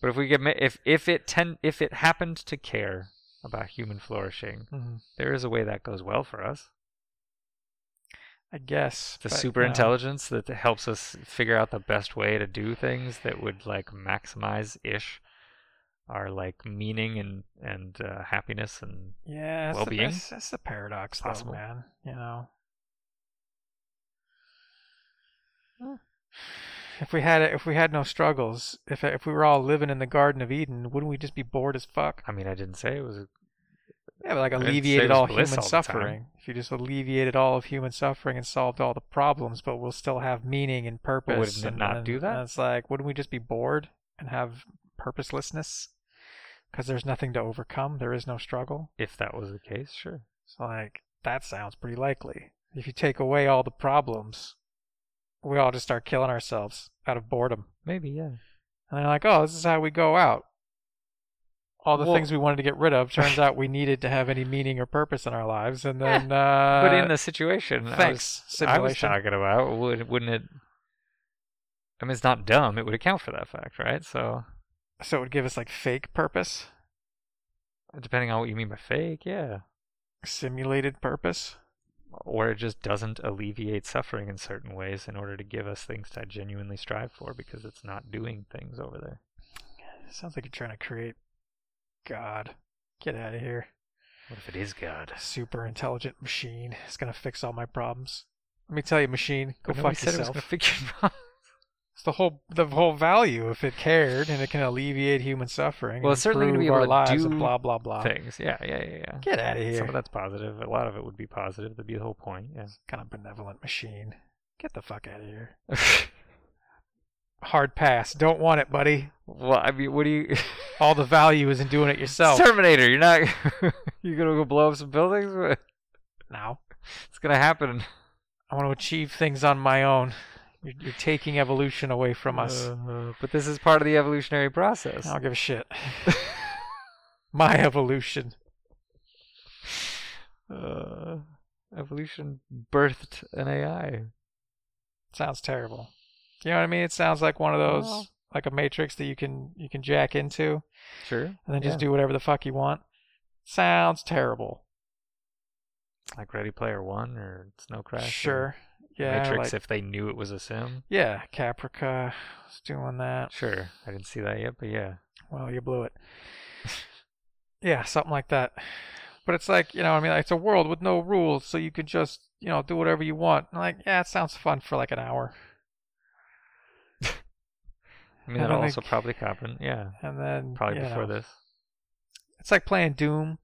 S1: But if we get ma- if if it ten if it happened to care about human flourishing,
S3: Mhm.
S1: there is a way that goes well for us.
S3: I guess.
S1: The
S3: but, uh,
S1: super
S3: you know,
S1: intelligence that helps us figure out the best way to do things that would like maximize ish our like meaning and and uh, happiness and
S3: Yeah, that's, the,
S1: well-being?
S3: that's, that's the paradox,
S1: Possible.
S3: though, man. You know, if we had if we had no struggles, if if we were all living in the Garden of Eden, wouldn't we just be bored as fuck?
S1: I mean, I didn't say it was. a-
S3: Yeah, but like
S1: didn't say it
S3: alleviated
S1: was
S3: all
S1: bliss
S3: human
S1: all the time.
S3: suffering. If you just alleviated all of human suffering and solved all the problems, but we'll still have meaning and purpose.
S1: wouldn't it
S3: and,
S1: not
S3: and-
S1: do that?
S3: and it's like, wouldn't we just be bored and have purposelessness? Because there's nothing to overcome. There is no struggle.
S1: If that was the case, sure.
S3: So like that sounds pretty likely. If you take away all the problems, we all just start killing ourselves out of boredom.
S1: Maybe yeah.
S3: And they're like, oh, this is how we go out. All the
S1: Well-
S3: things we wanted to get rid of turns out we needed to have any meaning or purpose in our lives, and then uh,
S1: but in the situation, I was
S3: thanks
S1: I was
S3: simulation.
S1: talking about would wouldn't it? I mean, it's not dumb. It would account for that fact, right? So
S3: so it would give us like fake purpose,
S1: depending on what you mean by fake, yeah,
S3: simulated purpose.
S1: or it just doesn't alleviate suffering in certain ways in order to give us things to genuinely strive for because it's not doing things over there.
S3: Sounds like you're trying to create God. Get out of here.
S1: What if it is God?
S3: super intelligent machine is gonna fix all my problems. Let me tell you, machine, go
S1: But nobody
S3: fuck
S1: said it was
S3: yourself.
S1: gonna fix your problem.
S3: It's the whole the whole value if it cared and it can alleviate human suffering.
S1: Well,
S3: and
S1: it's certainly gonna be
S3: improve
S1: able
S3: our
S1: to
S3: lives
S1: do
S3: and blah blah blah.
S1: Things, yeah, yeah, yeah, yeah.
S3: Get out of here.
S1: Some of that's positive. A lot of it would be positive. That'd be the whole point. Yeah.
S3: kind of benevolent machine. Get the fuck out of here. Hard pass. Don't want it, buddy.
S1: well, I mean, what do you?
S3: All the value is in doing it yourself.
S1: Terminator, you're not. you're gonna go blow up some buildings. What-
S3: now
S1: It's gonna happen.
S3: I want to achieve things on my own. You're, you're taking evolution away from us.
S1: Uh, but this is part of the evolutionary process.
S3: I don't give a shit. my evolution.
S1: Uh, evolution birthed an AI.
S3: Sounds terrible. You know what I mean? It sounds like one of those
S1: Well-
S3: like a matrix that you can you can jack into
S1: Sure.
S3: and then just do whatever the fuck you want. Sounds terrible.
S1: like Ready Player One or Snow Crash. or
S3: sure. Yeah.
S1: Matrix.
S3: like-
S1: If they knew it was a sim.
S3: yeah, Caprica was doing that.
S1: Sure. I didn't see that yet, but yeah.
S3: Well, you blew it. yeah, something like that. But it's like, you know, I mean, it's a world with no rules, so you can just, you know, do whatever you want. And like, yeah, it sounds fun for like an hour.
S1: I mean,
S3: I
S1: that
S3: don't
S1: also
S3: think-
S1: probably happened. Yeah.
S3: And then
S1: Probably
S3: you
S1: before
S3: know,
S1: this.
S3: It's like playing Doom,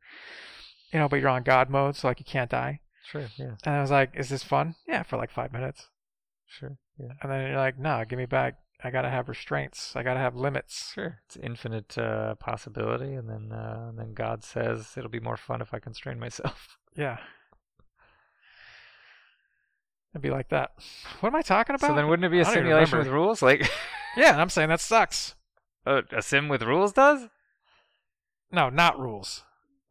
S3: you know, but you're on God mode, so like you can't die.
S1: Sure. Yeah.
S3: And I was like, "Is this fun?" Yeah, for like five minutes.
S1: Sure. Yeah.
S3: And then you're like, "Nah, give me back. I gotta have restraints. I gotta have limits."
S1: Sure. It's infinite uh, possibility, and then uh, and then God says it'll be more fun if I constrain myself.
S3: Yeah. It'd be like that. What am I talking about?
S1: so then, wouldn't it be a
S3: I don't even
S1: simulation with
S3: remember.
S1: rules? Like
S3: yeah, and I'm saying that sucks.
S1: a, a sim with rules does?
S3: No, not rules.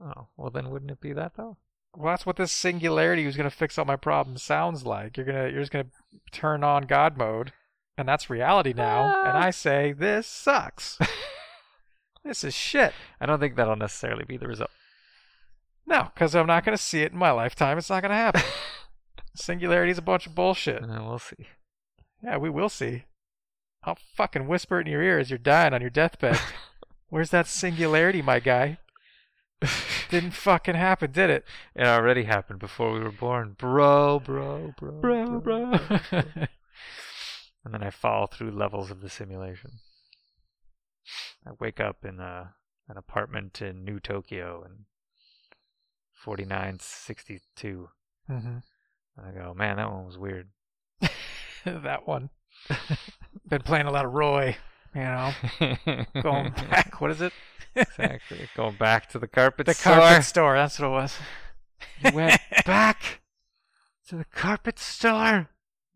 S1: Oh, well, then wouldn't it be that though?
S3: Well, that's what this singularity who's gonna fix all my problems sounds like. You're gonna, you're just gonna turn on God mode, and that's reality now. and I say this sucks. this is shit.
S1: I don't think that'll necessarily be the result.
S3: No, because I'm not going to see it in my lifetime. It's not going to happen. Singularity is a bunch of bullshit.
S1: Uh, we'll see.
S3: Yeah, we will see. I'll fucking whisper it in your ear as you're dying on your deathbed. Where's that singularity, my guy? Didn't fucking happen, did it?
S1: It already happened before we were born, bro, bro, bro, And then I fall through levels of the simulation. I wake up in a an apartment in New Tokyo in 4962,
S3: hmm
S1: and I go, man, that one was weird.
S3: that one. Been playing a lot of Roy. you know, going back. What is it?
S1: exactly. Going back to the carpet
S3: The
S1: store.
S3: carpet store. That's what it was.
S1: You went back to the carpet store.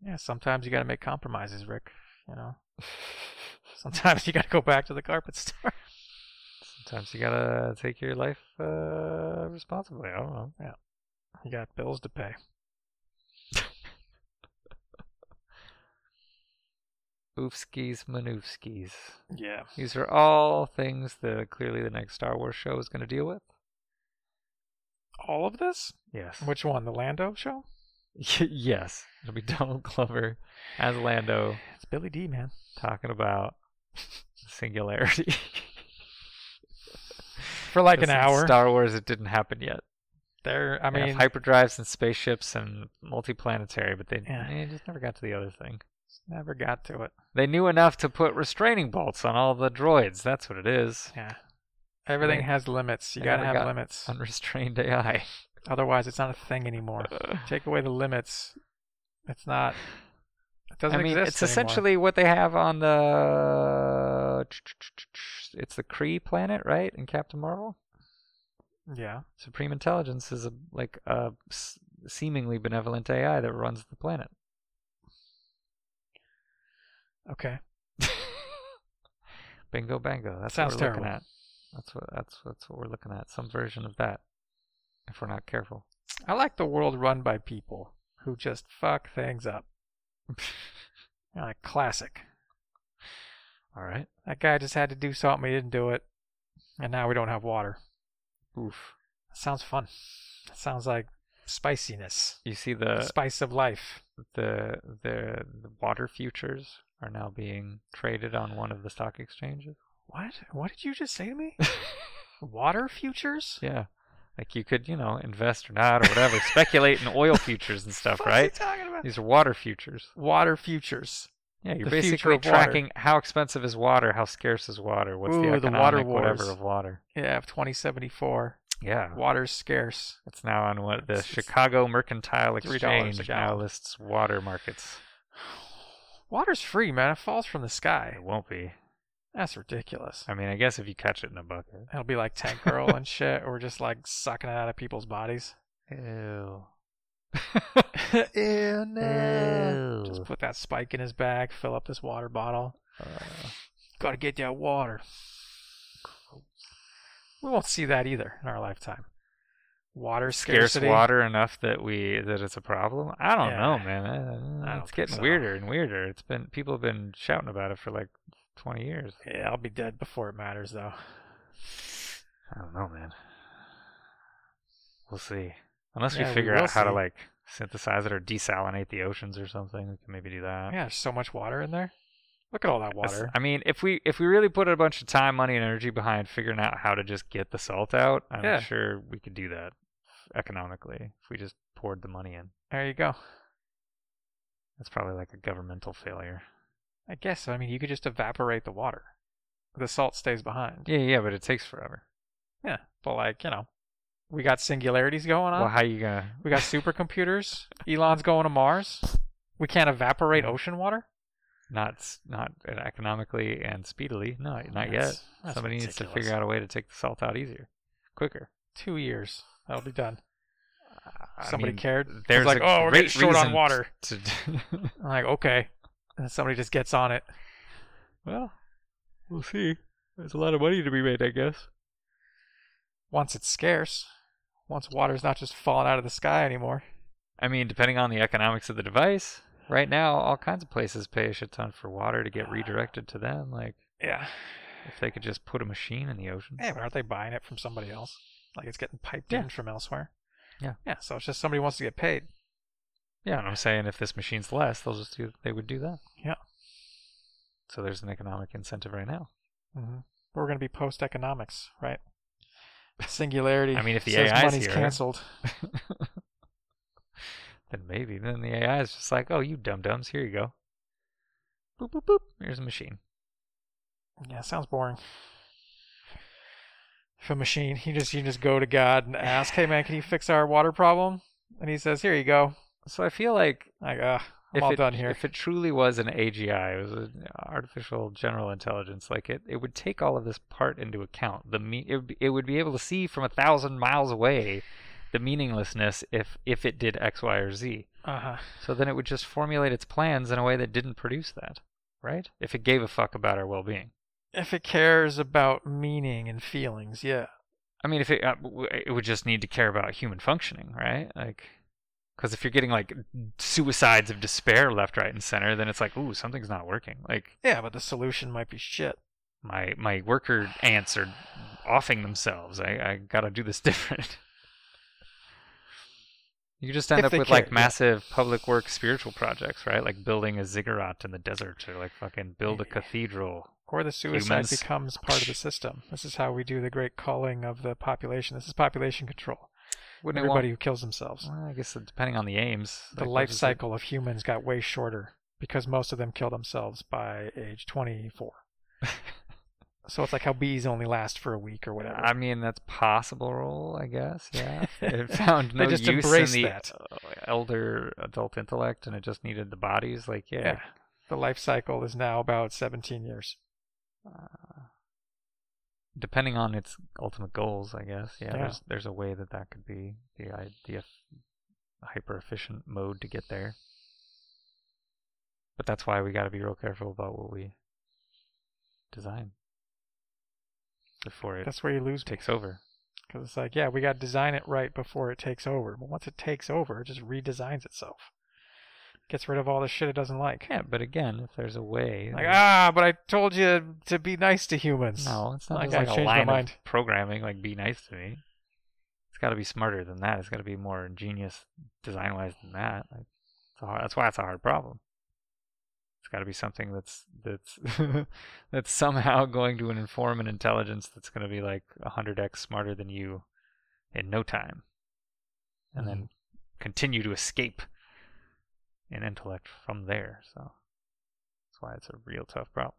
S3: Yeah, sometimes you got to make compromises, Rick. You know, sometimes you got to go back to the carpet store.
S1: Sometimes you gotta take your life uh, responsibly. I don't know.
S3: You got bills to pay.
S1: Oofskis, manoofskis.
S3: Yeah.
S1: These are all things that clearly the next Star Wars show is going to deal with.
S3: All of this?
S1: Yes.
S3: Which one? The Lando show?
S1: yes. It'll be Donald Glover as Lando
S3: It's Billy D, man.
S1: talking about singularity.
S3: For like an
S1: Because in
S3: hour.
S1: Star Wars, it didn't happen yet.
S3: there, I
S1: I mean,
S3: mean,
S1: hyperdrives and spaceships and multiplanetary, but they,
S3: Yeah.
S1: they just never got to the other thing.
S3: never got to it.
S1: They knew enough to put restraining bolts on all the droids. That's what it is.
S3: Yeah. Everything
S1: They-
S3: has limits. You
S1: they
S3: got to
S1: never
S3: have
S1: got-
S3: limits.
S1: Unrestrained AI.
S3: Otherwise, it's not a thing anymore. Take away the limits. It's not. It doesn't
S1: I mean, it's
S3: exist anymore.
S1: essentially what they have on the. It's the Kree planet, right? In Captain Marvel,
S3: Yeah.
S1: Supreme Intelligence is a, like a s- seemingly benevolent AI that runs the planet.
S3: Okay.
S1: Bingo, bango. That's
S3: Sounds
S1: what we're
S3: terrible.
S1: looking at. That's what that's that's what we're looking at. Some version of that, if we're not careful.
S3: I like the world run by people who just fuck things up. You know, like classic.
S1: All right.
S3: That guy just had to do something. He didn't do it, and now we don't have water.
S1: Oof.
S3: That sounds fun. That sounds like spiciness,
S1: You see
S3: the
S1: the
S3: spice of life.
S1: the the the water futures are now being traded on one of the stock exchanges.
S3: What? What did you just say to me? water futures?
S1: Yeah. Like you could, you know, invest or not or whatever, speculate in oil futures and stuff,
S3: What is he
S1: right?
S3: talking about?
S1: These are water futures.
S3: Water futures.
S1: Yeah, you're
S3: The future
S1: basically
S3: of water.
S1: tracking how expensive is water, how scarce is water, what's the
S3: Ooh,
S1: economic
S3: the water wars.
S1: whatever of water.
S3: Yeah, of 2074.
S1: Yeah.
S3: Water's scarce.
S1: It's now on what the
S3: It's- it's
S1: Chicago Mercantile
S3: $3 a
S1: Exchange now
S3: gallon.
S1: lists water markets.
S3: Water's free, man. It falls from the sky.
S1: It won't be.
S3: That's ridiculous.
S1: I mean, I guess if you catch it in a bucket.
S3: It'll be like Tank Girl and shit, or just like sucking it out of people's bodies.
S1: Ew.
S3: Ew,
S1: Ew.
S3: Just put that spike in his bag, fill up this water bottle.
S1: Uh,
S3: Gotta get that water. We won't see that either in our lifetime. Water
S1: scarce
S3: scarcity.
S1: water enough that we that it's a problem. I don't
S3: Yeah.
S1: know, man. I- I-
S3: I don't
S1: it's
S3: think
S1: getting
S3: so.
S1: weirder and weirder. It's been people have been shouting about it for like 20 years.
S3: Yeah, I'll be dead before it matters, though.
S1: I don't know, man. We'll see. Unless
S3: Yeah,
S1: we
S3: we
S1: figure
S3: will
S1: out how to
S3: see.
S1: like synthesize it or desalinate the oceans or something, we can maybe do that.
S3: Yeah, there's so much water in there. Look at all that
S1: That's-
S3: water.
S1: I mean, if we if we really put a bunch of time, money, and energy behind figuring out how to just get the salt out, I'm
S3: Yeah.
S1: sure we could do that economically if we just poured the money in.
S3: There you go.
S1: That's probably like a governmental failure.
S3: I guess. I mean, you could just evaporate the water. The salt stays behind.
S1: Yeah, yeah, but it takes forever.
S3: Yeah, but like you know, we got singularities going on.
S1: Well, how you gonna?
S3: We got supercomputers. Elon's going to Mars. We can't evaporate ocean water.
S1: not s- not economically and speedily. No, not yet.
S3: That's- that's
S1: Somebody needs to
S3: ridiculous.
S1: figure out a way to take the salt out easier, quicker.
S3: Two years. That'll be done.
S1: I
S3: Somebody
S1: mean,
S3: cared. It's
S1: There's
S3: like,
S1: a
S3: oh, we're getting
S1: great
S3: short on
S1: reason
S3: water.
S1: To,
S3: I'm like, okay. And somebody just gets on it.
S1: well, we'll see. There's a lot of money to be made, I guess.
S3: Once it's scarce, once water's not just falling out of the sky anymore.
S1: I mean, depending on the economics of the device. Right now, all kinds of places pay a shit ton for water to
S3: Ah.
S1: get redirected to them. Like
S3: Yeah.
S1: if they could just put a machine in the ocean.
S3: Yeah, but aren't they buying it from somebody else? Like it's getting piped
S1: Yeah.
S3: in from elsewhere.
S1: Yeah.
S3: Yeah. So it's just somebody wants to get paid.
S1: Yeah, and I'm saying if this machine's less, they'll just do they would do that.
S3: Yeah.
S1: So there's an economic incentive right now.
S3: Mm-hmm. We're going to be post economics, right? Singularity.
S1: I mean, if the
S3: says
S1: AI is
S3: money's
S1: here-
S3: canceled.
S1: Then maybe then the AI is just like, oh, you dum dums, here you go. Boop boop boop. Here's a machine.
S3: Yeah, sounds boring. If a machine, you just you just go to God and ask, "Hey man, can you fix our water problem?" And he says, "Here you go."
S1: So I feel like
S3: Like, ah, I'm
S1: if
S3: all
S1: it,
S3: done here.
S1: If it truly was an AGI, it was an artificial general intelligence. Like it, it would take all of this part into account. The me, it, would be, it would be able to see from a thousand miles away the meaninglessness if if it did X, Y, or Z.
S3: Uh huh.
S1: So then it would just formulate its plans in a way that didn't produce that, right? If it gave a fuck about our well-being.
S3: If it cares about meaning and feelings, yeah.
S1: I mean, if it uh, w- it would just need to care about human functioning, right? Like, because if you're getting like suicides of despair left, right, and center, then it's like, ooh, something's not working. Like
S3: Yeah, but the solution might be shit.
S1: my my worker ants are offing themselves. I I gotta do this different. You just end
S3: If
S1: up
S3: they
S1: with
S3: care,
S1: like
S3: yeah.
S1: massive public work spiritual projects, right? Like building a ziggurat in the desert, or like fucking build a cathedral.
S3: Or the suicide
S1: Humans.
S3: becomes part of the system. This is how we do the great calling of the population. This is population control.
S1: Wouldn't it want-
S3: Everybody who kills themselves.
S1: Well, I guess it- depending on the aims,
S3: The
S1: like,
S3: life
S1: was it-
S3: cycle of humans got way shorter because most of them kill themselves by age 24. so it's like how bees only last for a week or whatever.
S1: I mean, that's possible role, I guess. Yeah, it found
S3: They
S1: no
S3: just
S1: use in
S3: embraced
S1: the
S3: that.
S1: uh, elder adult intellect, and it just needed the bodies. Like, yeah,
S3: yeah. The life cycle is now about 17 years.
S1: depending on its ultimate goals, I guess. Yeah,
S3: Yeah.
S1: there's there's a way that that could be the i- the eff- hyper efficient mode to get there. But that's why we got to be real careful about what we design before it
S3: That's where you lose
S1: takes over.
S3: because it's like, yeah, we got to design it right before it takes over. But once it takes over, it just redesigns itself, gets rid of all the shit it doesn't like.
S1: Yeah, but again, if there's a way,
S3: Like, ah, but I told you to be nice to humans.
S1: No, it's not
S3: Like,
S1: just
S3: I
S1: like
S3: changed
S1: a
S3: my
S1: line
S3: mind.
S1: of programming. Like, be nice to me. It's got to be smarter than that. It's got to be more ingenious design-wise than that. Like, it's a hard, that's why it's a hard problem. It's got to be something that's that's that's somehow going to inform an intelligence that's going to be like hundred x smarter than you in no time, and
S3: Hmm.
S1: then continue to escape in intellect from there. So that's why it's a real tough problem.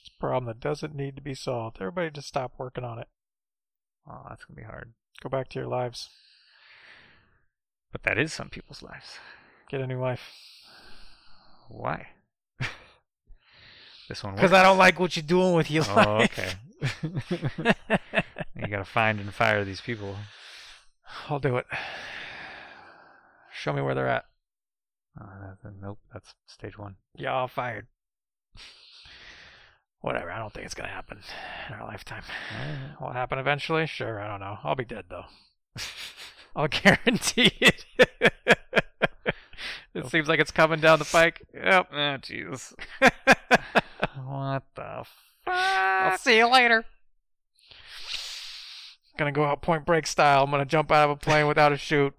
S3: It's a problem that doesn't need to be solved. Everybody just stop working on it.
S1: Oh, that's gonna be hard.
S3: Go back to your lives.
S1: But that is some people's lives.
S3: Get a new life.
S1: Why? this one
S3: Because I don't like what you're doing with your
S1: Oh,
S3: life.
S1: okay. you gotta find and fire these people.
S3: I'll do it. Show me where they're at.
S1: Uh, that- nope, that's stage one.
S3: Y'all fired. Whatever. I don't think it's gonna happen in our lifetime.
S1: Alright.
S3: Will it happen eventually? Sure. I don't know. I'll be dead though. I'll guarantee it. it seems like it's coming down the pike. Yep. ah,
S1: Oh, jeez. what the
S3: I'll
S1: fuck?
S3: see you later. Gonna go out Point Break style. I'm gonna jump out of a plane without a chute,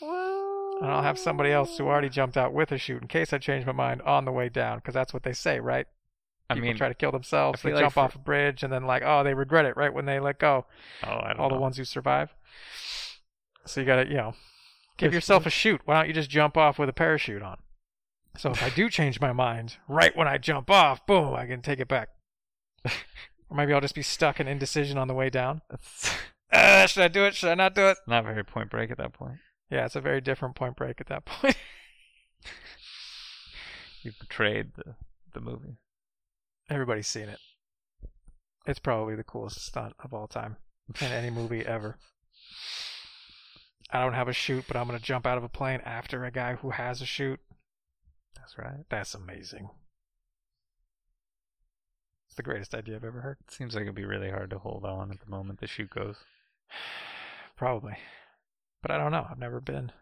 S3: and I'll have somebody else who already jumped out with a chute in case I change my mind on the way down, because that's what they say, right?
S1: I
S3: People
S1: mean,
S3: try to kill themselves,
S1: I
S3: they
S1: feel like
S3: jump
S1: for-
S3: off a bridge, and then like, oh, they regret it right when they let go.
S1: oh, I don't
S3: All
S1: know.
S3: the ones who survive. So you gotta, you know, give
S1: Yes,
S3: yourself a chute. Why don't you just jump off with a parachute on? So if I do change my mind right when I jump off, boom, I can take it back. or maybe I'll just be stuck in indecision on the way down.
S1: That's
S3: Uh, should I do it? Should I not do it?
S1: not very point break at that point.
S3: Yeah, it's a very different point break at that point.
S1: You betrayed the, the movie.
S3: Everybody's seen it. It's probably the coolest stunt of all time in any movie ever. I don't have a chute, but I'm gonna jump out of a plane after a guy who has a chute.
S1: That's right.
S3: That's amazing. It's the greatest idea I've ever heard.
S1: It seems like it'd be really hard to hold on at the moment the shoot goes.
S3: Probably. But I don't know. I've never been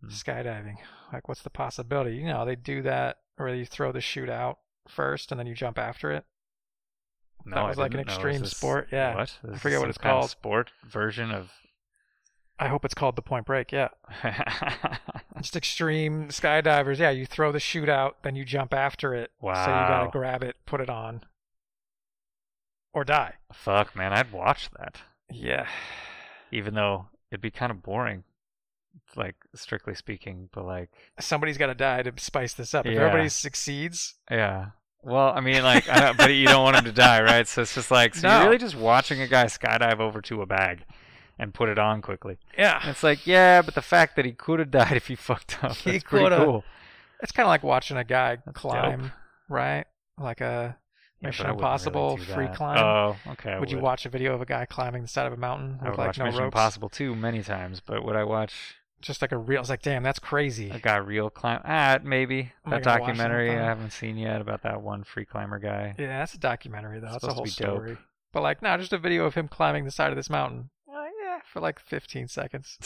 S1: Hmm.
S3: skydiving. Like, what's the possibility? You know, they do that where you throw the chute out first and then you jump after it.
S1: No,
S3: That
S1: I
S3: was like an
S1: didn't know. Is
S3: extreme
S1: this-
S3: sport, yeah.
S1: What? This is
S3: forget what
S1: some
S3: it's
S1: kind of
S3: called.
S1: Sport version of.
S3: I hope it's called the point break. Yeah. Just extreme skydivers. Yeah. You throw the chute out, then you jump after it. So you got
S1: Wow.
S3: to grab it, put it on, or die.
S1: Fuck, man, I'd watch that.
S3: Yeah.
S1: Even though it'd be kind of boring, like strictly speaking. But like,
S3: Somebody's got to die to spice this up. If
S1: Yeah.
S3: everybody succeeds,
S1: yeah. Well, I mean, like, I don't, but you don't want him to die, right? So it's just like, so
S3: No.
S1: you're really just watching a guy skydive over to a bag, and put it on quickly.
S3: Yeah,
S1: And it's like, yeah, but the fact that he could have died if he fucked up,
S3: He
S1: that's pretty
S3: coulda.
S1: cool.
S3: it's kind of like watching a guy
S1: That's
S3: climb,
S1: dope.
S3: right? Like a
S1: Yeah,
S3: Mission
S1: but I wouldn't really
S3: Impossible
S1: do
S3: free
S1: that.
S3: climb.
S1: Oh, okay. I
S3: would, you watch a video of a guy climbing the side of a mountain
S1: I
S3: with
S1: would
S3: like
S1: watch
S3: no
S1: Mission
S3: ropes?
S1: Impossible 2 many times, but would I watch
S3: Just like a real. It's like, damn, that's crazy.
S1: a guy real climb? Ah, maybe.
S3: I'm
S1: that
S3: not gonna watch it
S1: documentary I
S3: sometime.
S1: haven't seen yet about that one free climber guy.
S3: Yeah, that's a documentary though.
S1: It's
S3: That's a whole
S1: supposed to be dope.
S3: story. But like, no, just a video of him climbing the side of this mountain. Uh, yeah, for like 15 seconds.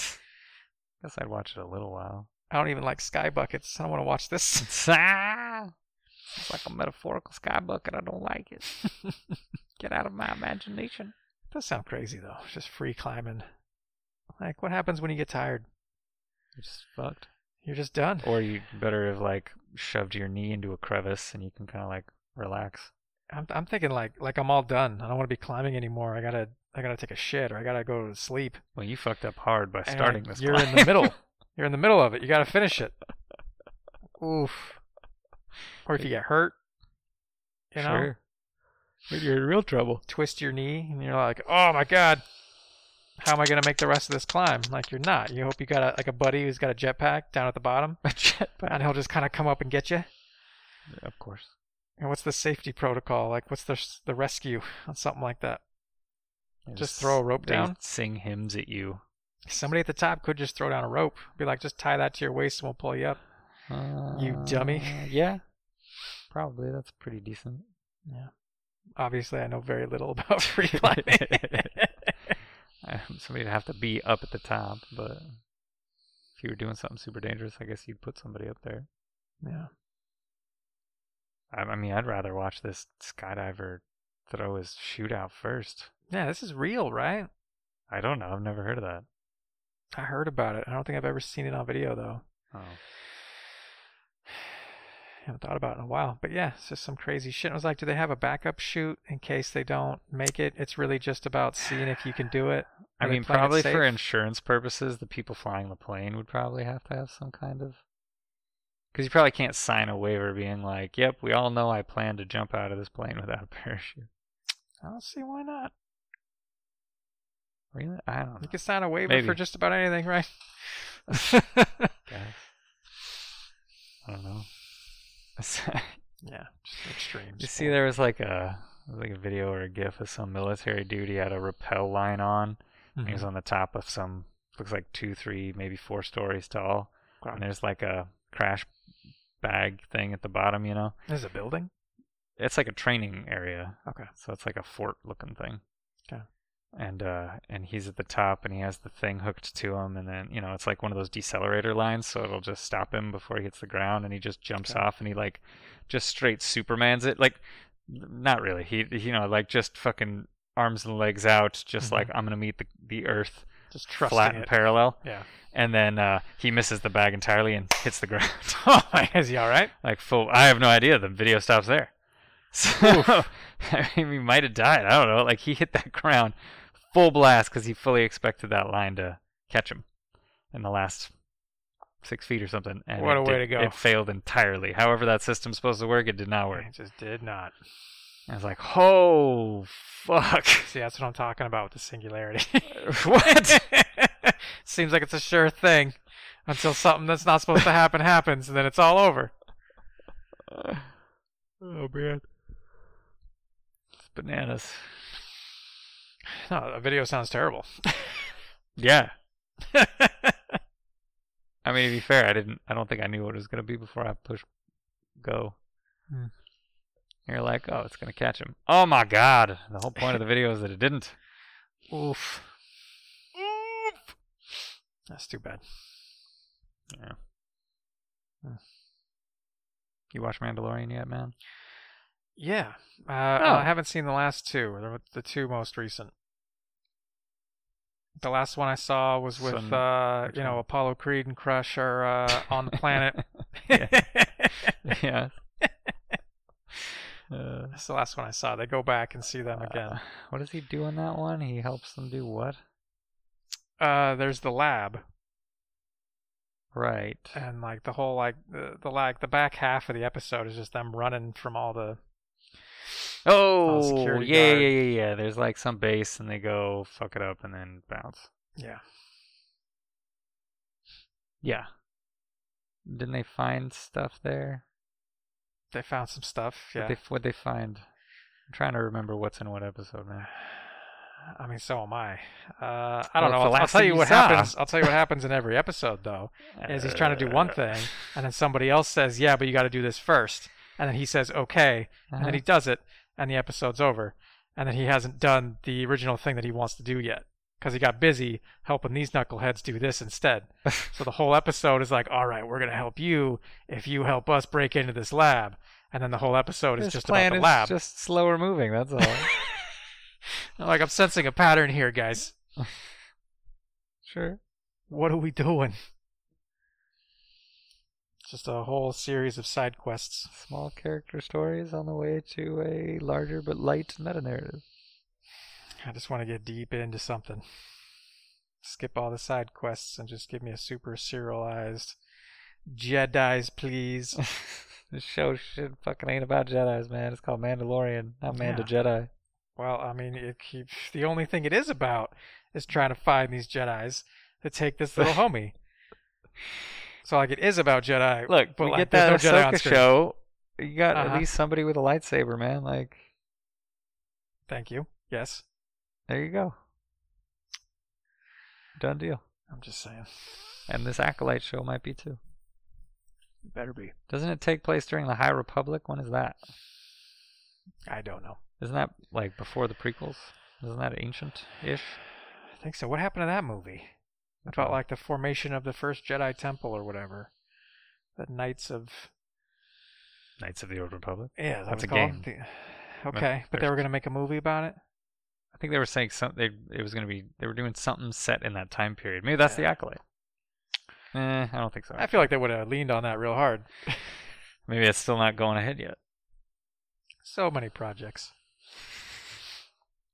S1: Guess I'd watch it a little while.
S3: I don't even like sky buckets. I don't want to watch this.
S1: Ah, it's like a metaphorical sky bucket. I don't like it. Get out of my imagination.
S3: It does sound crazy though. It's Just free climbing. Like, what happens when you get tired?
S1: You're just fucked.
S3: You're just done.
S1: Or you better have like shoved your knee into a crevice and you can kind of like relax.
S3: I'm I'm thinking like like I'm all done. I don't want to be climbing anymore. I gotta I gotta take a shit or I gotta go to sleep.
S1: Well, you fucked up hard by
S3: And
S1: starting this.
S3: You're in
S1: climb.
S3: the middle. You're in the middle of it. You gotta finish it. Oof. Or if you get hurt, you know,
S1: Sure. But you're in real trouble.
S3: twist your knee and you're like, oh my god, how am I gonna make the rest of this climb? Like you're not. You hope you got a, like a buddy who's got a jetpack down at the bottom,
S1: A jetpack.
S3: and he'll just kind of come up and get you.
S1: Of course.
S3: And what's the safety protocol? Like what's the s- the rescue on something like that? Just throw a rope
S1: they
S3: down?
S1: Sing hymns at you.
S3: Somebody at the top could just throw down a rope. Be like, just tie that to your waist and we'll pull you up.
S1: Uh,
S3: dummy.
S1: Yeah. Probably. That's pretty decent.
S3: Obviously, I know very little about free climbing.
S1: Um, somebody'd have to be up at the top, but if you were doing something super dangerous, I guess you'd put somebody up there.
S3: yeah.
S1: I, I mean, I'd rather watch this skydiver throw his chute out first.
S3: Yeah, this is real, right?
S1: I don't know. I've never heard of that.
S3: I heard about it. I don't think I've ever seen it on video though.
S1: Oh,
S3: haven't thought about it in a while. But yeah, it's just some crazy shit. I was like, do they have a backup shoot in case they don't make it? It's really just about seeing if you can do it.
S1: I
S3: Are they
S1: mean,
S3: playing it
S1: probably for
S3: safe?
S1: insurance purposes, the people flying the plane would probably have to have some kind of. Because you probably can't sign a waiver being like, "Yep, we all know I plan to jump out of this plane without a parachute."
S3: I don't see why not.
S1: Really? I don't
S3: You
S1: know.
S3: can sign a waiver
S1: Maybe.
S3: for just about anything, right?
S1: Guys. I don't know.
S3: yeah, just extreme.
S1: You
S3: sport.
S1: see, there was like a like a video or a GIF of some military dude. He had a rappel line on. and He was
S3: Mhm.
S1: on the top of some looks like two, three, maybe four stories tall. And there's like a crash bag thing at the bottom. You know,
S3: There's a building.
S1: it's like a training area.
S3: Okay.
S1: So it's like a fort looking thing.
S3: Okay.
S1: And uh, and he's at the top, and he has the thing hooked to him, and then you know it's like one of those decelerator lines, so it'll just stop him before he hits the ground, and he just jumps
S3: Okay.
S1: off, and he like just straight Superman's it, like not really, he he, you know like just fucking arms and legs out, just
S3: Mhm.
S1: like I'm gonna meet the the earth
S3: Just trusting
S1: flat and
S3: it.
S1: parallel,
S3: yeah.
S1: and then uh, he misses the bag entirely and hits the ground.
S3: Oh, is he all right?
S1: Like full. I have no idea. The video stops there. So I mean, he might have died. I don't know. Like he hit that ground full blast because he fully expected that line to catch him in the last six feet or something. And
S3: What
S1: it
S3: a way
S1: did-
S3: to go.
S1: It failed entirely. However, that system's supposed to work, it did not work.
S3: It just did not.
S1: I was like, oh fuck.
S3: See, that's what I'm talking about with the singularity.
S1: what?
S3: Seems like it's a sure thing until something that's not supposed to happen happens, and then it's all over.
S1: Oh man. It's bananas.
S3: No, a video sounds terrible.
S1: Yeah. I mean, to be fair, I didn't. I don't think I knew what it was gonna be before I pushed go.
S3: Hmm.
S1: You're like, oh, it's gonna catch him. Oh my god! The whole point of the video is that it didn't.
S3: Oof. That's too bad.
S1: You watch Mandalorian yet, man?
S3: Yeah. Uh,
S1: Oh.
S3: I haven't seen the last two, the, the two most recent. The last one I saw was with,
S1: Son-
S3: uh,
S1: which
S3: you know,
S1: one?
S3: Apollo Creed and Crush are uh, on the planet.
S1: yeah. Uh,
S3: That's the last one I saw. They go back and see them again.
S1: uh, what does he do in that one? He helps them do what?
S3: Uh, there's the lab
S1: Right.
S3: and like the whole like the, the like the back half of the episode is just them running from all the
S1: Oh,
S3: security
S1: yeah,
S3: guard.
S1: Oh, yeah, yeah, yeah. There's like some base, and they go fuck it up, and then bounce.
S3: Yeah.
S1: Yeah. Didn't they find stuff there?
S3: They found some stuff. Yeah.
S1: What they what they find? I'm trying to remember what's in what episode now.
S3: I mean, so am I. Uh, I
S1: Well, it's the
S3: don't know. I'll, I'll
S1: last
S3: tell
S1: thing
S3: you
S1: you
S3: what
S1: saw.
S3: happens. I'll tell you what happens in every episode, though, is he's trying to do
S1: Uh,
S3: one thing, and then somebody else says, "Yeah, but you got to do this first. and then he says, "Okay," and
S1: Uh-huh.
S3: then he does it, and the episode's over, and then he hasn't done the original thing that he wants to do yet because he got busy helping these knuckleheads do this instead. so the whole episode is like, "All right, we're gonna help you if you help us break into this lab," and then the whole episode is
S1: His
S3: just
S1: plan
S3: about the
S1: is
S3: lab.
S1: just slower moving. That's all.
S3: Like I'm sensing a pattern here, guys.
S1: sure.
S3: what are we doing? Just a whole series of side quests.
S1: Small character stories on the way to a larger but light meta narrative.
S3: I just want to get deep into something. Skip all the side quests and just give me a super serialized Jedi's, please.
S1: this show shit fucking ain't about Jedi's, man. It's called Mandalorian, not Man to Jedi.
S3: well, I mean, it keeps the only thing it is about is trying to find these Jedi's to take this little homie. So like it is about Jedi.
S1: Look,
S3: but
S1: we
S3: like,
S1: get that
S3: there's no Jedi on
S1: Ahsoka
S3: screen.
S1: show. You got
S3: Uh-huh.
S1: at least somebody with a lightsaber, man. Like,
S3: Thank you. Yes,
S1: there you go. Done deal.
S3: I'm just saying.
S1: And this acolyte show might be too.
S3: Better be.
S1: Doesn't it take place during the High Republic? When is that?
S3: I don't know.
S1: Isn't that like before the prequels? Isn't that ancient ish?
S3: I think so. What happened to that movie? About like the formation of the first Jedi Temple or whatever. The Knights of
S1: Knights of the Old Republic.
S3: yeah, is that
S1: That's
S3: what it's
S1: a
S3: called? The- okay, but they were gonna make a movie about it.
S1: I think they were saying something. It was going to be. They were doing something set in that time period. Maybe that's the
S3: Yeah.
S1: acolyte. Eh, I don't think so.
S3: I feel like they would have leaned on that real hard.
S1: Maybe it's still not going ahead yet.
S3: So many projects.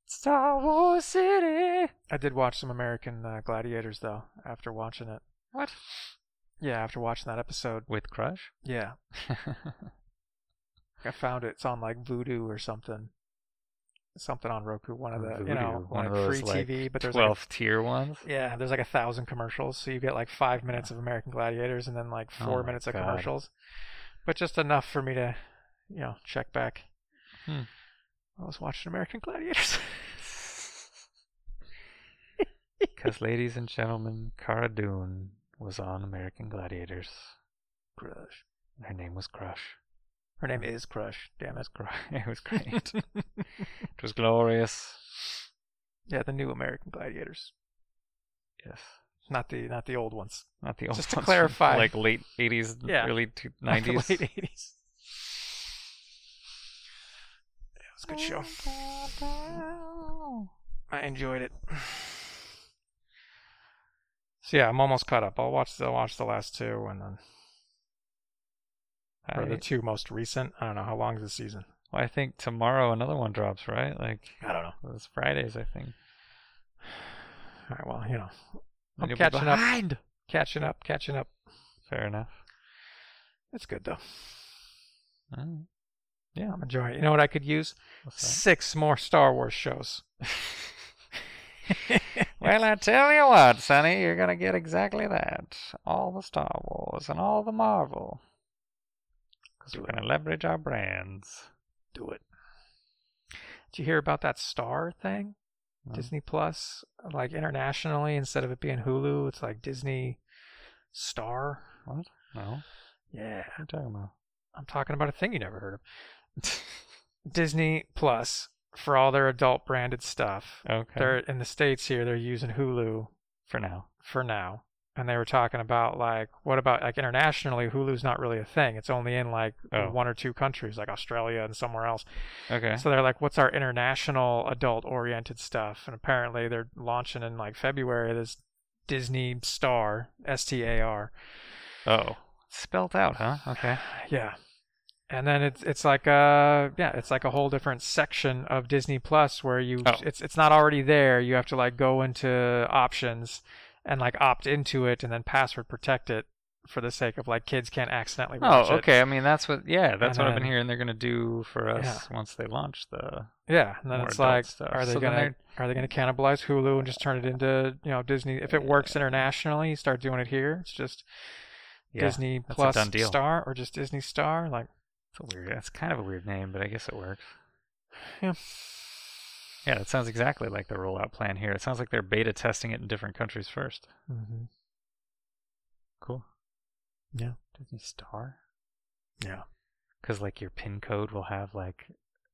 S1: Star Wars City.
S3: I did watch some American uh, Gladiators though after watching it.
S1: What?
S3: Yeah, after watching that episode.
S1: With Crush?
S3: Yeah, I found it. It's on like Voodoo or something. Something on Roku, one of the you know
S1: Voodoo, one
S3: like
S1: of those,
S3: free
S1: like,
S3: TV, but there's like a
S1: Twelfth tier ones.
S3: Yeah, there's like a thousand commercials, so you get like five minutes of American Gladiators and then like
S1: Oh
S3: four
S1: my
S3: minutes of
S1: God.
S3: commercials, but just enough for me to, you know, check back.
S1: Hmm.
S3: I was watching American Gladiators.
S1: Because, ladies and gentlemen, Cara Dune was on American Gladiators.
S3: Crush.
S1: Her name was Crush.
S3: Her name is Crush. Damn
S1: It
S3: it.
S1: was, gr- it was great. it was glorious.
S3: Yeah, the new American Gladiators,
S1: Yes.
S3: not the not the old ones.
S1: Not the old
S3: Just to
S1: ones from,
S3: clarify.
S1: like late 80s,
S3: Yeah.
S1: early two-
S3: Not the
S1: 90s.
S3: late eighties. Yeah, it was a good show. I enjoyed it. So yeah, I'm almost caught up. I'll watch. I'll watch the last two, and then or the
S1: I,
S3: two most recent. I don't know how long is the season.
S1: well, I think tomorrow another one drops, right? Like,
S3: I don't know.
S1: it's Fridays, I think.
S3: All right, well, you know,
S1: And
S3: I'm
S1: you'll be
S3: catching up.
S1: behind.
S3: catching up, catching up.
S1: Fair enough.
S3: It's good though.
S1: Alright.
S3: I'm enjoying it. You know what I could use?
S1: What's
S3: Six more Star Wars shows.
S1: that? well, I tell you what, Sonny, you're going to get exactly that. All the Star Wars and all the Marvel. Because we're going to leverage our brands.
S3: Do it. Did you hear about that Star thing?
S1: No.
S3: Disney Plus, like internationally, instead of it being Hulu, it's like Disney Star.
S1: No? What
S3: Yeah.
S1: are you talking about?
S3: I'm talking about a thing you never heard of. Disney Plus for all their adult branded stuff.
S1: Okay.
S3: They're in the states here. They're using Hulu
S1: For now.
S3: for now, and they were talking about like, what about like internationally? Hulu's not really a thing. It's only in like
S1: Oh.
S3: one or two countries, like Australia and somewhere else.
S1: Okay.
S3: So they're like, what's our international adult oriented stuff? And apparently they're launching in like February this Disney Star S T A R.
S1: oh. Spelt out, huh? Okay.
S3: Yeah. And then it's it's like a yeah it's like a whole different section of Disney Plus where you
S1: Oh.
S3: it's it's not already there you have to like go into options and like opt into it and then password protect it for the sake of like kids can't accidentally watch
S1: Oh,
S3: it.
S1: okay. I mean, that's what. Yeah, that's
S3: And
S1: what I've been
S3: then-
S1: hearing. They're gonna do for us once they launch the.
S3: Yeah, and then
S1: More
S3: it's
S1: adult
S3: like,
S1: stuff.
S3: are they
S1: So then
S3: gonna are they gonna cannibalize Hulu and just turn it into you know Disney? If it works internationally, start doing it here. It's just
S1: Yeah,
S3: Disney
S1: a
S3: Plus
S1: done deal.
S3: Star or just Disney Star. Like,
S1: It's a weird. That's kind of a weird name, but I guess it works.
S3: yeah,
S1: Yeah, it sounds exactly like the rollout plan here. It sounds like they're beta testing it in different countries first.
S3: hmm
S1: Cool.
S3: Yeah.
S1: Disney Star.
S3: yeah.
S1: Because like your pin code will have like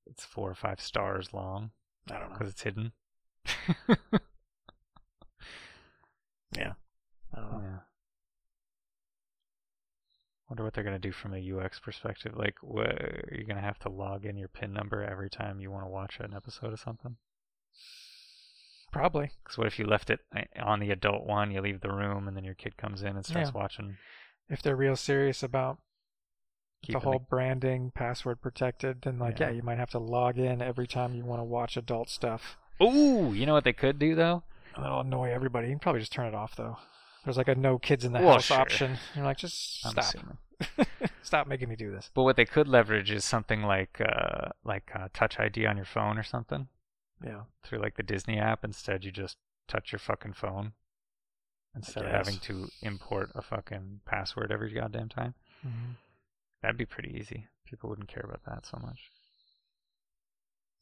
S1: it's four or five stars long
S3: I don't know.
S1: because it's hidden.
S3: I don't know.
S1: Yeah. Wonder what they're gonna do from a UX perspective. Like, what are you gonna have to log in your PIN number every time you want to watch an episode of something?
S3: Probably.
S1: Because what if you left it uh, on the adult one? You leave the room, and then your kid comes in and starts
S3: Yeah.
S1: watching.
S3: if they're real serious about
S1: keeping
S3: the whole branding password protected, then like yeah.
S1: Yeah.
S3: you might have to log in every time you want to watch adult stuff.
S1: Ooh, you know what they could do though?
S3: And that'll annoy everybody. You can probably just turn it off though. There's like a no kids in the
S1: Well,
S3: house
S1: sure.
S3: option. You're like just
S1: I'm
S3: stop,
S1: assuming.
S3: stop making me do this.
S1: But what they could leverage is something like uh, like uh, Touch ID on your phone or something
S3: Yeah,
S1: through like the Disney app. Instead, you just touch your fucking phone instead of
S3: guess.
S1: having to import a fucking password every goddamn time.
S3: Mm-hmm.
S1: That'd be pretty easy. People wouldn't care about that so much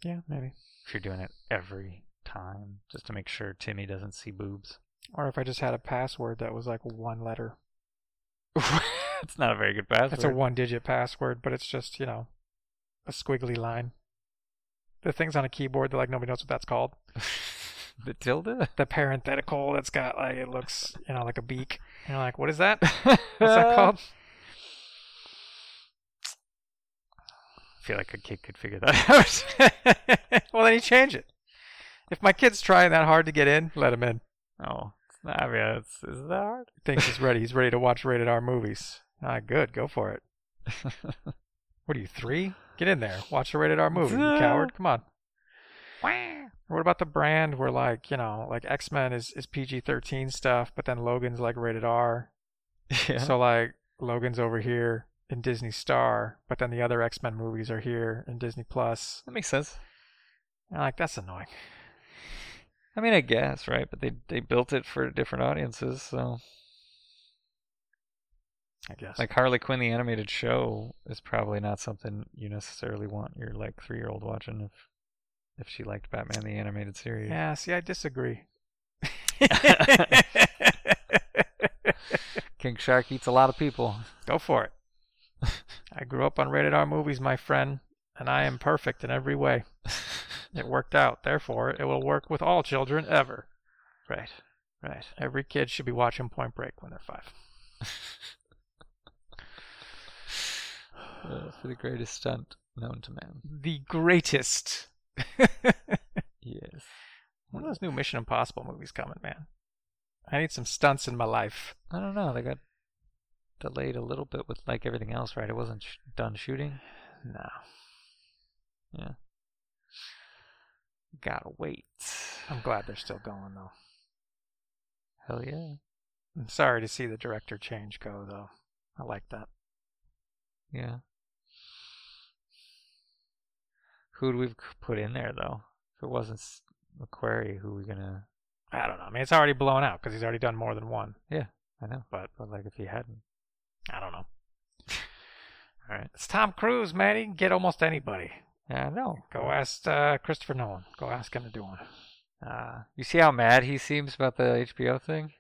S3: yeah, maybe.
S1: if you're doing it every time just to make sure Timmy doesn't see boobs.
S3: Or if I just had a password that was like one letter.
S1: it's not a very good password.
S3: It's a one-digit password, but it's just you know a squiggly line. The things on a keyboard that like nobody knows what that's called.
S1: the tilde.
S3: the parenthetical that's got like it looks you know like a beak and you're like what is that what's that called
S1: I feel like a kid could figure that out.
S3: well then you change it if my kid's trying that hard to get in let him in
S1: oh, it's not, I mean, it's, is it that hard?
S3: he thinks he's ready he's ready to watch rated r movies ah good go for it what are you three get in there watch a rated r movie you coward come on Or what about the brand where like you know like x-men is, is pg-13 stuff but then logan's like rated r
S1: yeah.
S3: So like Logan's over here in Disney Star, but then the other X Men movies are here in Disney Plus.
S1: that makes sense.
S3: And like that's annoying.
S1: I mean, I guess right, but they they built it for different audiences, so
S3: I guess.
S1: like Harley Quinn the animated show is probably not something you necessarily want your like three year old watching if if she liked Batman the animated series.
S3: yeah. See, I disagree.
S1: King Shark eats a lot of people.
S3: Go for it. I grew up on rated R movies, my friend, and I am perfect in every way. It worked out. Therefore, it will work with all children ever.
S1: Right. Right.
S3: Every kid should be watching Point Break when they're five.
S1: Uh, for the greatest stunt known to man.
S3: The greatest.
S1: Yes.
S3: When are those new Mission Impossible movies coming, man? I need some stunts in my life.
S1: I don't know. They got delayed a little bit with like everything else, right? It wasn't sh- done shooting.
S3: No.
S1: Gotta wait.
S3: I'm glad they're still going though.
S1: Hell yeah.
S3: I'm sorry to see the director change go though. I like that.
S1: Yeah. Who do we put in there though? If it wasn't S- McQuarrie, who we gonna?
S3: I don't know. I mean, it's already blown out because he's already done more than one.
S1: I know, but but like if he hadn't,
S3: I don't know.
S1: all right.
S3: It's Tom Cruise, man. He can get almost anybody.
S1: Yeah, I know.
S3: Go ask uh, Christopher Nolan. Go ask him to do one.
S1: Uh, you see how mad he seems about the HBO thing?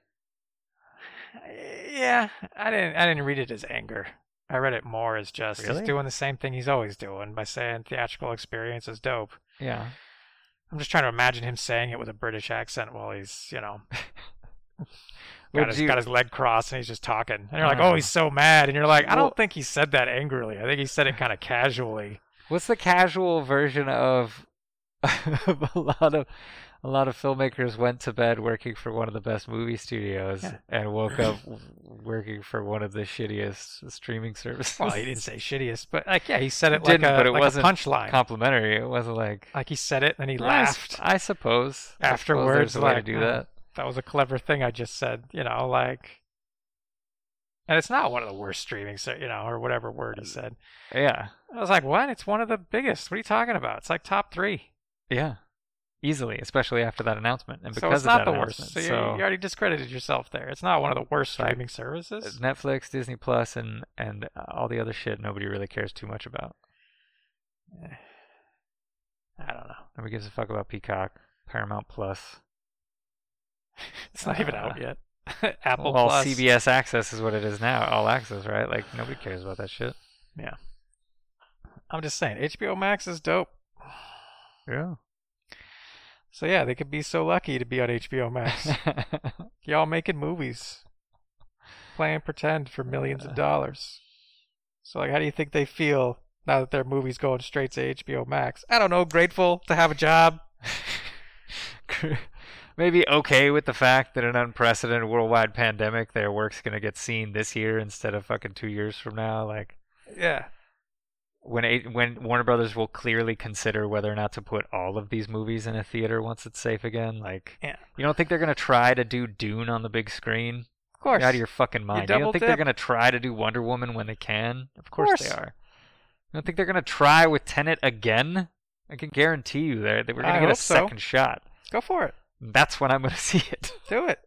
S3: Yeah, I didn't. I didn't read it as anger. I read it more as just
S1: Really?
S3: he's doing the same thing he's always doing by saying theatrical experience is dope.
S1: Yeah.
S3: I'm just trying to imagine him saying it with a British accent while he's, you know,
S1: Would
S3: got his,
S1: you-
S3: got his leg crossed and he's just talking. And you're like,
S1: Uh-huh.
S3: oh, he's so mad. And you're like, I
S1: Well-
S3: don't think he said that angrily. I think he said it kind of casually.
S1: What's the casual version of, of a lot of a lot of filmmakers went to bed working for one of the best movie studios
S3: Yeah.
S1: and woke up working for one of the shittiest streaming services.
S3: Well, he didn't say shittiest, but like, yeah, he said it like
S1: Didn't,
S3: a,
S1: but it
S3: like
S1: wasn't
S3: a punchline.
S1: complimentary. It wasn't like
S3: like he said it and he
S1: I
S3: laughed.
S1: s- I, suppose I suppose
S3: Afterwards, uh,
S1: there's a way to
S3: like,
S1: do
S3: mm.
S1: that.
S3: that was a clever thing I just said, you know, like and it's not one of the worst streaming, ser- you know, or whatever word he
S1: Uh,
S3: said.
S1: Yeah.
S3: I was like, what? It's one of the biggest. What are you talking about? It's like top three.
S1: Yeah. Easily, especially after that announcement, and
S3: So
S1: because
S3: it's not
S1: of
S3: the
S1: that
S3: worst. So,
S1: announcement.
S3: you you already discredited yourself there. It's not one of the worst
S1: Sorry.
S3: streaming services.
S1: Netflix, Disney Plus, and and uh, all the other shit nobody really cares too much about. Eh.
S3: I don't know.
S1: Nobody gives a fuck about Peacock, Paramount Plus.
S3: It's not even
S1: Uh,
S3: out yet. Apple
S1: well,
S3: Plus.
S1: CBS Access is what it is now. All Access, right? Like nobody cares about that shit.
S3: I'm just saying, HBO Max is dope.
S1: Yeah.
S3: So yeah, they could be so lucky to be on HBO Max. Y'all making movies, playing pretend for millions of dollars. So like, how do you think they feel now that their movie's going straight to HBO Max? I don't know. Grateful to have a job.
S1: Maybe okay with the fact that an unprecedented worldwide pandemic, their work's gonna get seen this year instead of fucking two years from now. Like
S3: Yeah.
S1: when a- when Warner Brothers will clearly consider whether or not to put all of these movies in a theater once it's safe again. Like,
S3: Yeah.
S1: you don't think they're gonna try to do Dune on the big screen?
S3: Of course.
S1: You're out of your fucking mind. you
S3: double
S1: don't think they're
S3: dip.
S1: gonna try to do Wonder Woman when they can? Of course, they
S3: course.
S1: are. You don't think they're gonna try with Tenet again? I can guarantee you that that we're
S3: I
S1: gonna get a
S3: hope so.
S1: second shot.
S3: Go for it.
S1: That's when I'm gonna see it
S3: Do it.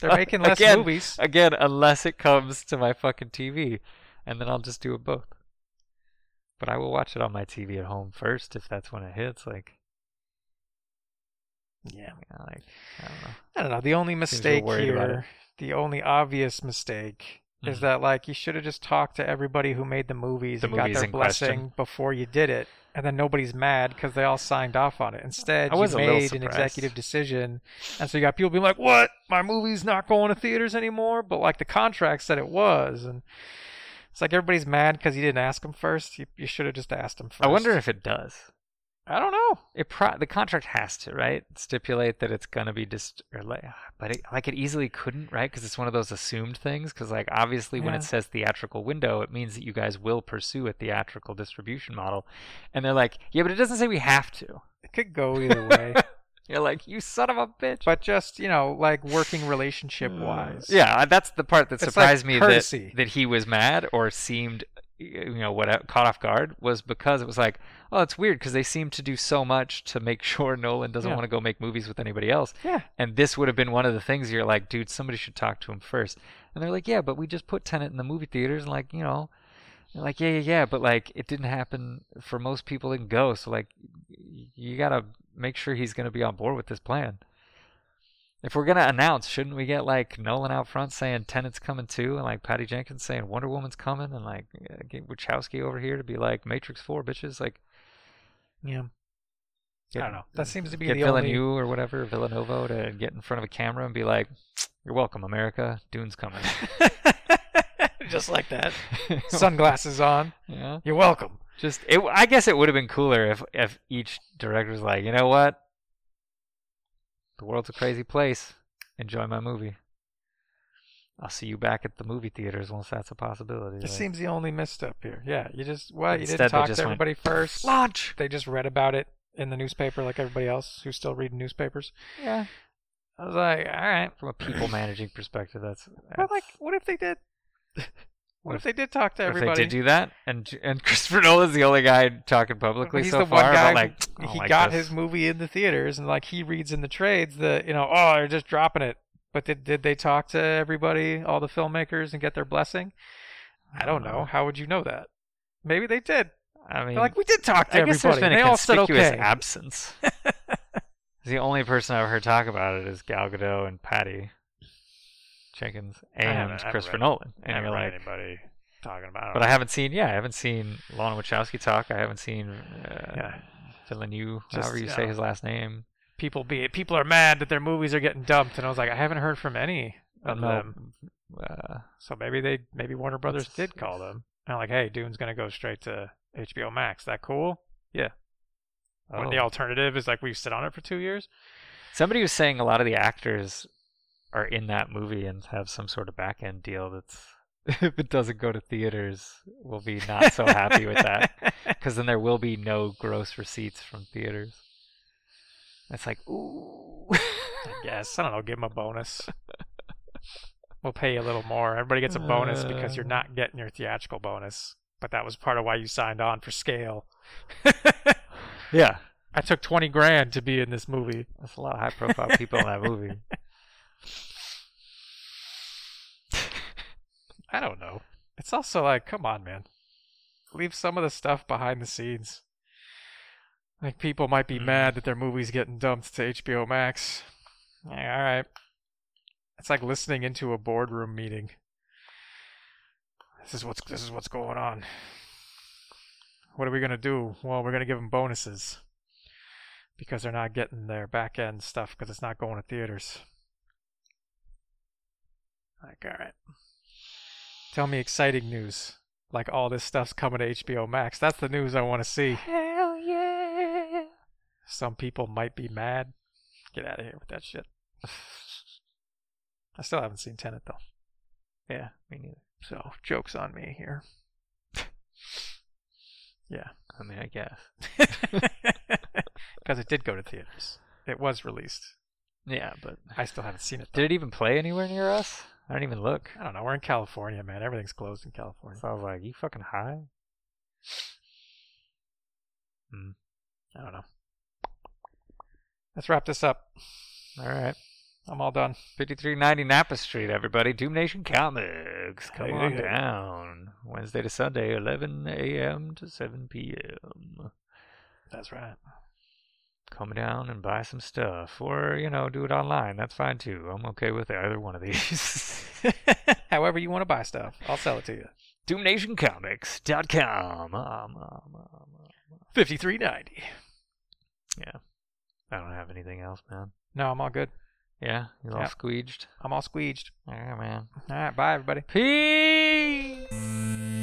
S3: They're making less
S1: Uh, Again.
S3: movies.
S1: again, unless it comes to my fucking TV, and then I'll just do it both. But I will watch it on my TV at home first if that's when it hits. Like,
S3: Yeah.
S1: you know, like I don't know.
S3: I don't know. The only
S1: Seems we're
S3: mistake
S1: worried about
S3: here, the only obvious mistake, is
S1: Mhm.
S3: that like you should have just talked to everybody who made the movies
S1: The
S3: and
S1: movies
S3: got their
S1: in question.
S3: blessing before you did it, and then nobody's mad because they all signed off on it. Instead,
S1: I was
S3: you
S1: a little
S3: made an
S1: surprised.
S3: executive decision, and so you got people being like, "What? My movie's not going to theaters anymore," but like the contract said it was, and it's like everybody's mad because you didn't ask them first. You, you should have just asked them first.
S1: I wonder if it does.
S3: I don't know.
S1: It pro- the contract has to right stipulate that it's gonna be dist- or like, but it, like it easily couldn't right because it's one of those assumed things because like obviously when
S3: Yeah.
S1: it says theatrical window it means that you guys will pursue a theatrical distribution model, and they're like yeah but it doesn't say we have to.
S3: It could go either way,
S1: You're like you son of a bitch.
S3: but just you know, like working relationship wise.
S1: Yeah, I- that's the part that
S3: It's like
S1: surprised me
S3: courtesy.
S1: that, that he was mad or seemed, you know, what caught off guard was because it was like, oh, it's weird because they seem to do so much to make sure Nolan doesn't
S3: Yeah.
S1: want to go make movies with anybody else,
S3: Yeah.
S1: and this would have been one of the things you're like, dude, somebody should talk to him first, and they're like, yeah, but we just put Tenet in the movie theaters and like, you know. they're Like yeah yeah yeah, but like it didn't happen for most people in Go, so like y- you gotta make sure he's gonna be on board with this plan. If we're gonna announce, shouldn't we get like Nolan out front saying Tenet's coming too, and like Patty Jenkins saying Wonder Woman's coming, and like uh, get Wachowski over here to be like Matrix Four bitches, like
S3: Yeah. I don't know. That seems to be
S1: get
S3: the
S1: Villeneuve
S3: only.
S1: or whatever Villanova to get in front of a camera and be like, "You're welcome, America. Dune's coming."
S3: Just like that. Sunglasses on.
S1: yeah.
S3: You're welcome.
S1: Just it. I guess it would have been cooler if if each director was like, you know what, the world's a crazy place. Enjoy my movie. I'll see you back at the movie theaters once that's a possibility.
S3: It
S1: Like,
S3: seems the only misstep here. Yeah, you just well, you
S1: Instead,
S3: didn't
S1: they
S3: talk to
S1: just went,
S3: everybody first.
S1: launch.
S3: They just read about it in the newspaper, like everybody else who's still reading newspapers.
S1: Yeah.
S3: I was like, all right.
S1: From a people managing perspective, that's.
S3: But
S1: that's
S3: like, what if they did? What if they did talk to
S1: if
S3: everybody?
S1: they did do that, and and Christopher Nolan's the only guy talking publicly
S3: He's
S1: so
S3: the
S1: far
S3: one guy
S1: about like "Oh
S3: who-
S1: "I don't
S3: he
S1: like
S3: got
S1: this."
S3: his movie in the theaters, and like he reads in the trades that you know, oh, they're just dropping it. But did did they talk to everybody, all the filmmakers, and get their blessing? I don't know. How would you know that? Maybe they did.
S1: I mean,
S3: They're like we did talk to
S1: I guess there's
S3: everybody.
S1: been a
S3: they all said
S1: conspicuous
S3: okay.
S1: absence. the only person I've heard talk about it is Gal Gadot and Patty Jenkins
S2: haven't- I
S1: and
S2: haven't
S1: Christopher
S2: read-
S1: Nolan.
S2: I
S1: And
S2: haven't
S1: you're
S2: read
S1: like,
S2: anybody talking about.
S1: but I haven't seen. Yeah, I haven't seen Lana Wachowski talk. I haven't seen uh,
S3: Yeah.
S1: Villeneuve,
S3: Just,
S1: however you
S3: yeah.
S1: say his last name.
S3: People be people are mad that their movies are getting dumped, and I was like, I haven't heard from any of
S1: No,
S3: them.
S1: Uh,
S3: So maybe they maybe Warner Brothers
S1: It's-
S3: did call them. And like, hey, Dune's gonna go straight to HBO Max. That cool? When
S1: oh.
S3: the alternative is like we sit on it for two years.
S1: Somebody was saying a lot of the actors are in that movie and have some sort of back end deal that's if it doesn't go to theaters, we'll be not so happy with that because then there will be no gross receipts from theaters. It's like ooh,
S3: Yes, I don't know. Give him a bonus. We'll pay you a little more. Everybody gets a bonus because you're
S1: Uh.
S3: not getting your theatrical bonus. But that was part of why you signed on for scale.
S1: Yeah,
S3: I took 20 grand to be in this movie.
S1: that's a lot of high-profile people in that movie.
S3: I don't know. It's also like, come on, man. Leave some of the stuff behind the scenes. Like, people might be
S1: Mm.
S3: mad that their movie's getting dumped to HBO Max. Yeah, all right. It's like listening into a boardroom meeting. This is what's this is what's going on. What are we gonna do? Well, we're gonna give them bonuses because they're not getting their back end stuff because it's not going to theaters. Like, all right. Tell me exciting news. Like all this stuff's coming to HBO Max. That's the news I want to see.
S1: Hell yeah!
S3: Some people might be mad. Get out of here with that shit. I still haven't seen Tenet though.
S1: Yeah, me neither.
S3: So, jokes on me here.
S1: I mean, I guess.
S3: Because it did go to theaters. It was released.
S1: Yeah, but
S3: I still haven't seen it. Though.
S1: did it even play anywhere near us? I didn't even look.
S3: I don't know. We're in California, man. Everything's closed in California.
S1: So I was like, "You fucking high?"
S3: I don't know. Let's wrap this up.
S1: All right.
S3: I'm all done.
S1: 5390 Napa Street, everybody. Doom Nation Comics. Come
S3: Hey,
S1: on
S3: hey, hey.
S1: down. Wednesday to Sunday, 11 a.m. to 7 p.m.
S3: That's right.
S1: Come down and buy some stuff. Or, you know, do it online. That's fine too. I'm okay with either one of these.
S3: However you want to buy stuff, I'll sell it to you.
S1: DoomNationComics.com. Um, um, um, um.
S3: Fifty-three ninety.
S1: I don't have anything else, man.
S3: No, I'm all good.
S1: Yeah? You all
S3: Yep.
S1: squeeged?
S3: I'm all squeeged.
S1: All right, man.
S3: All right, bye everybody.
S1: Peace!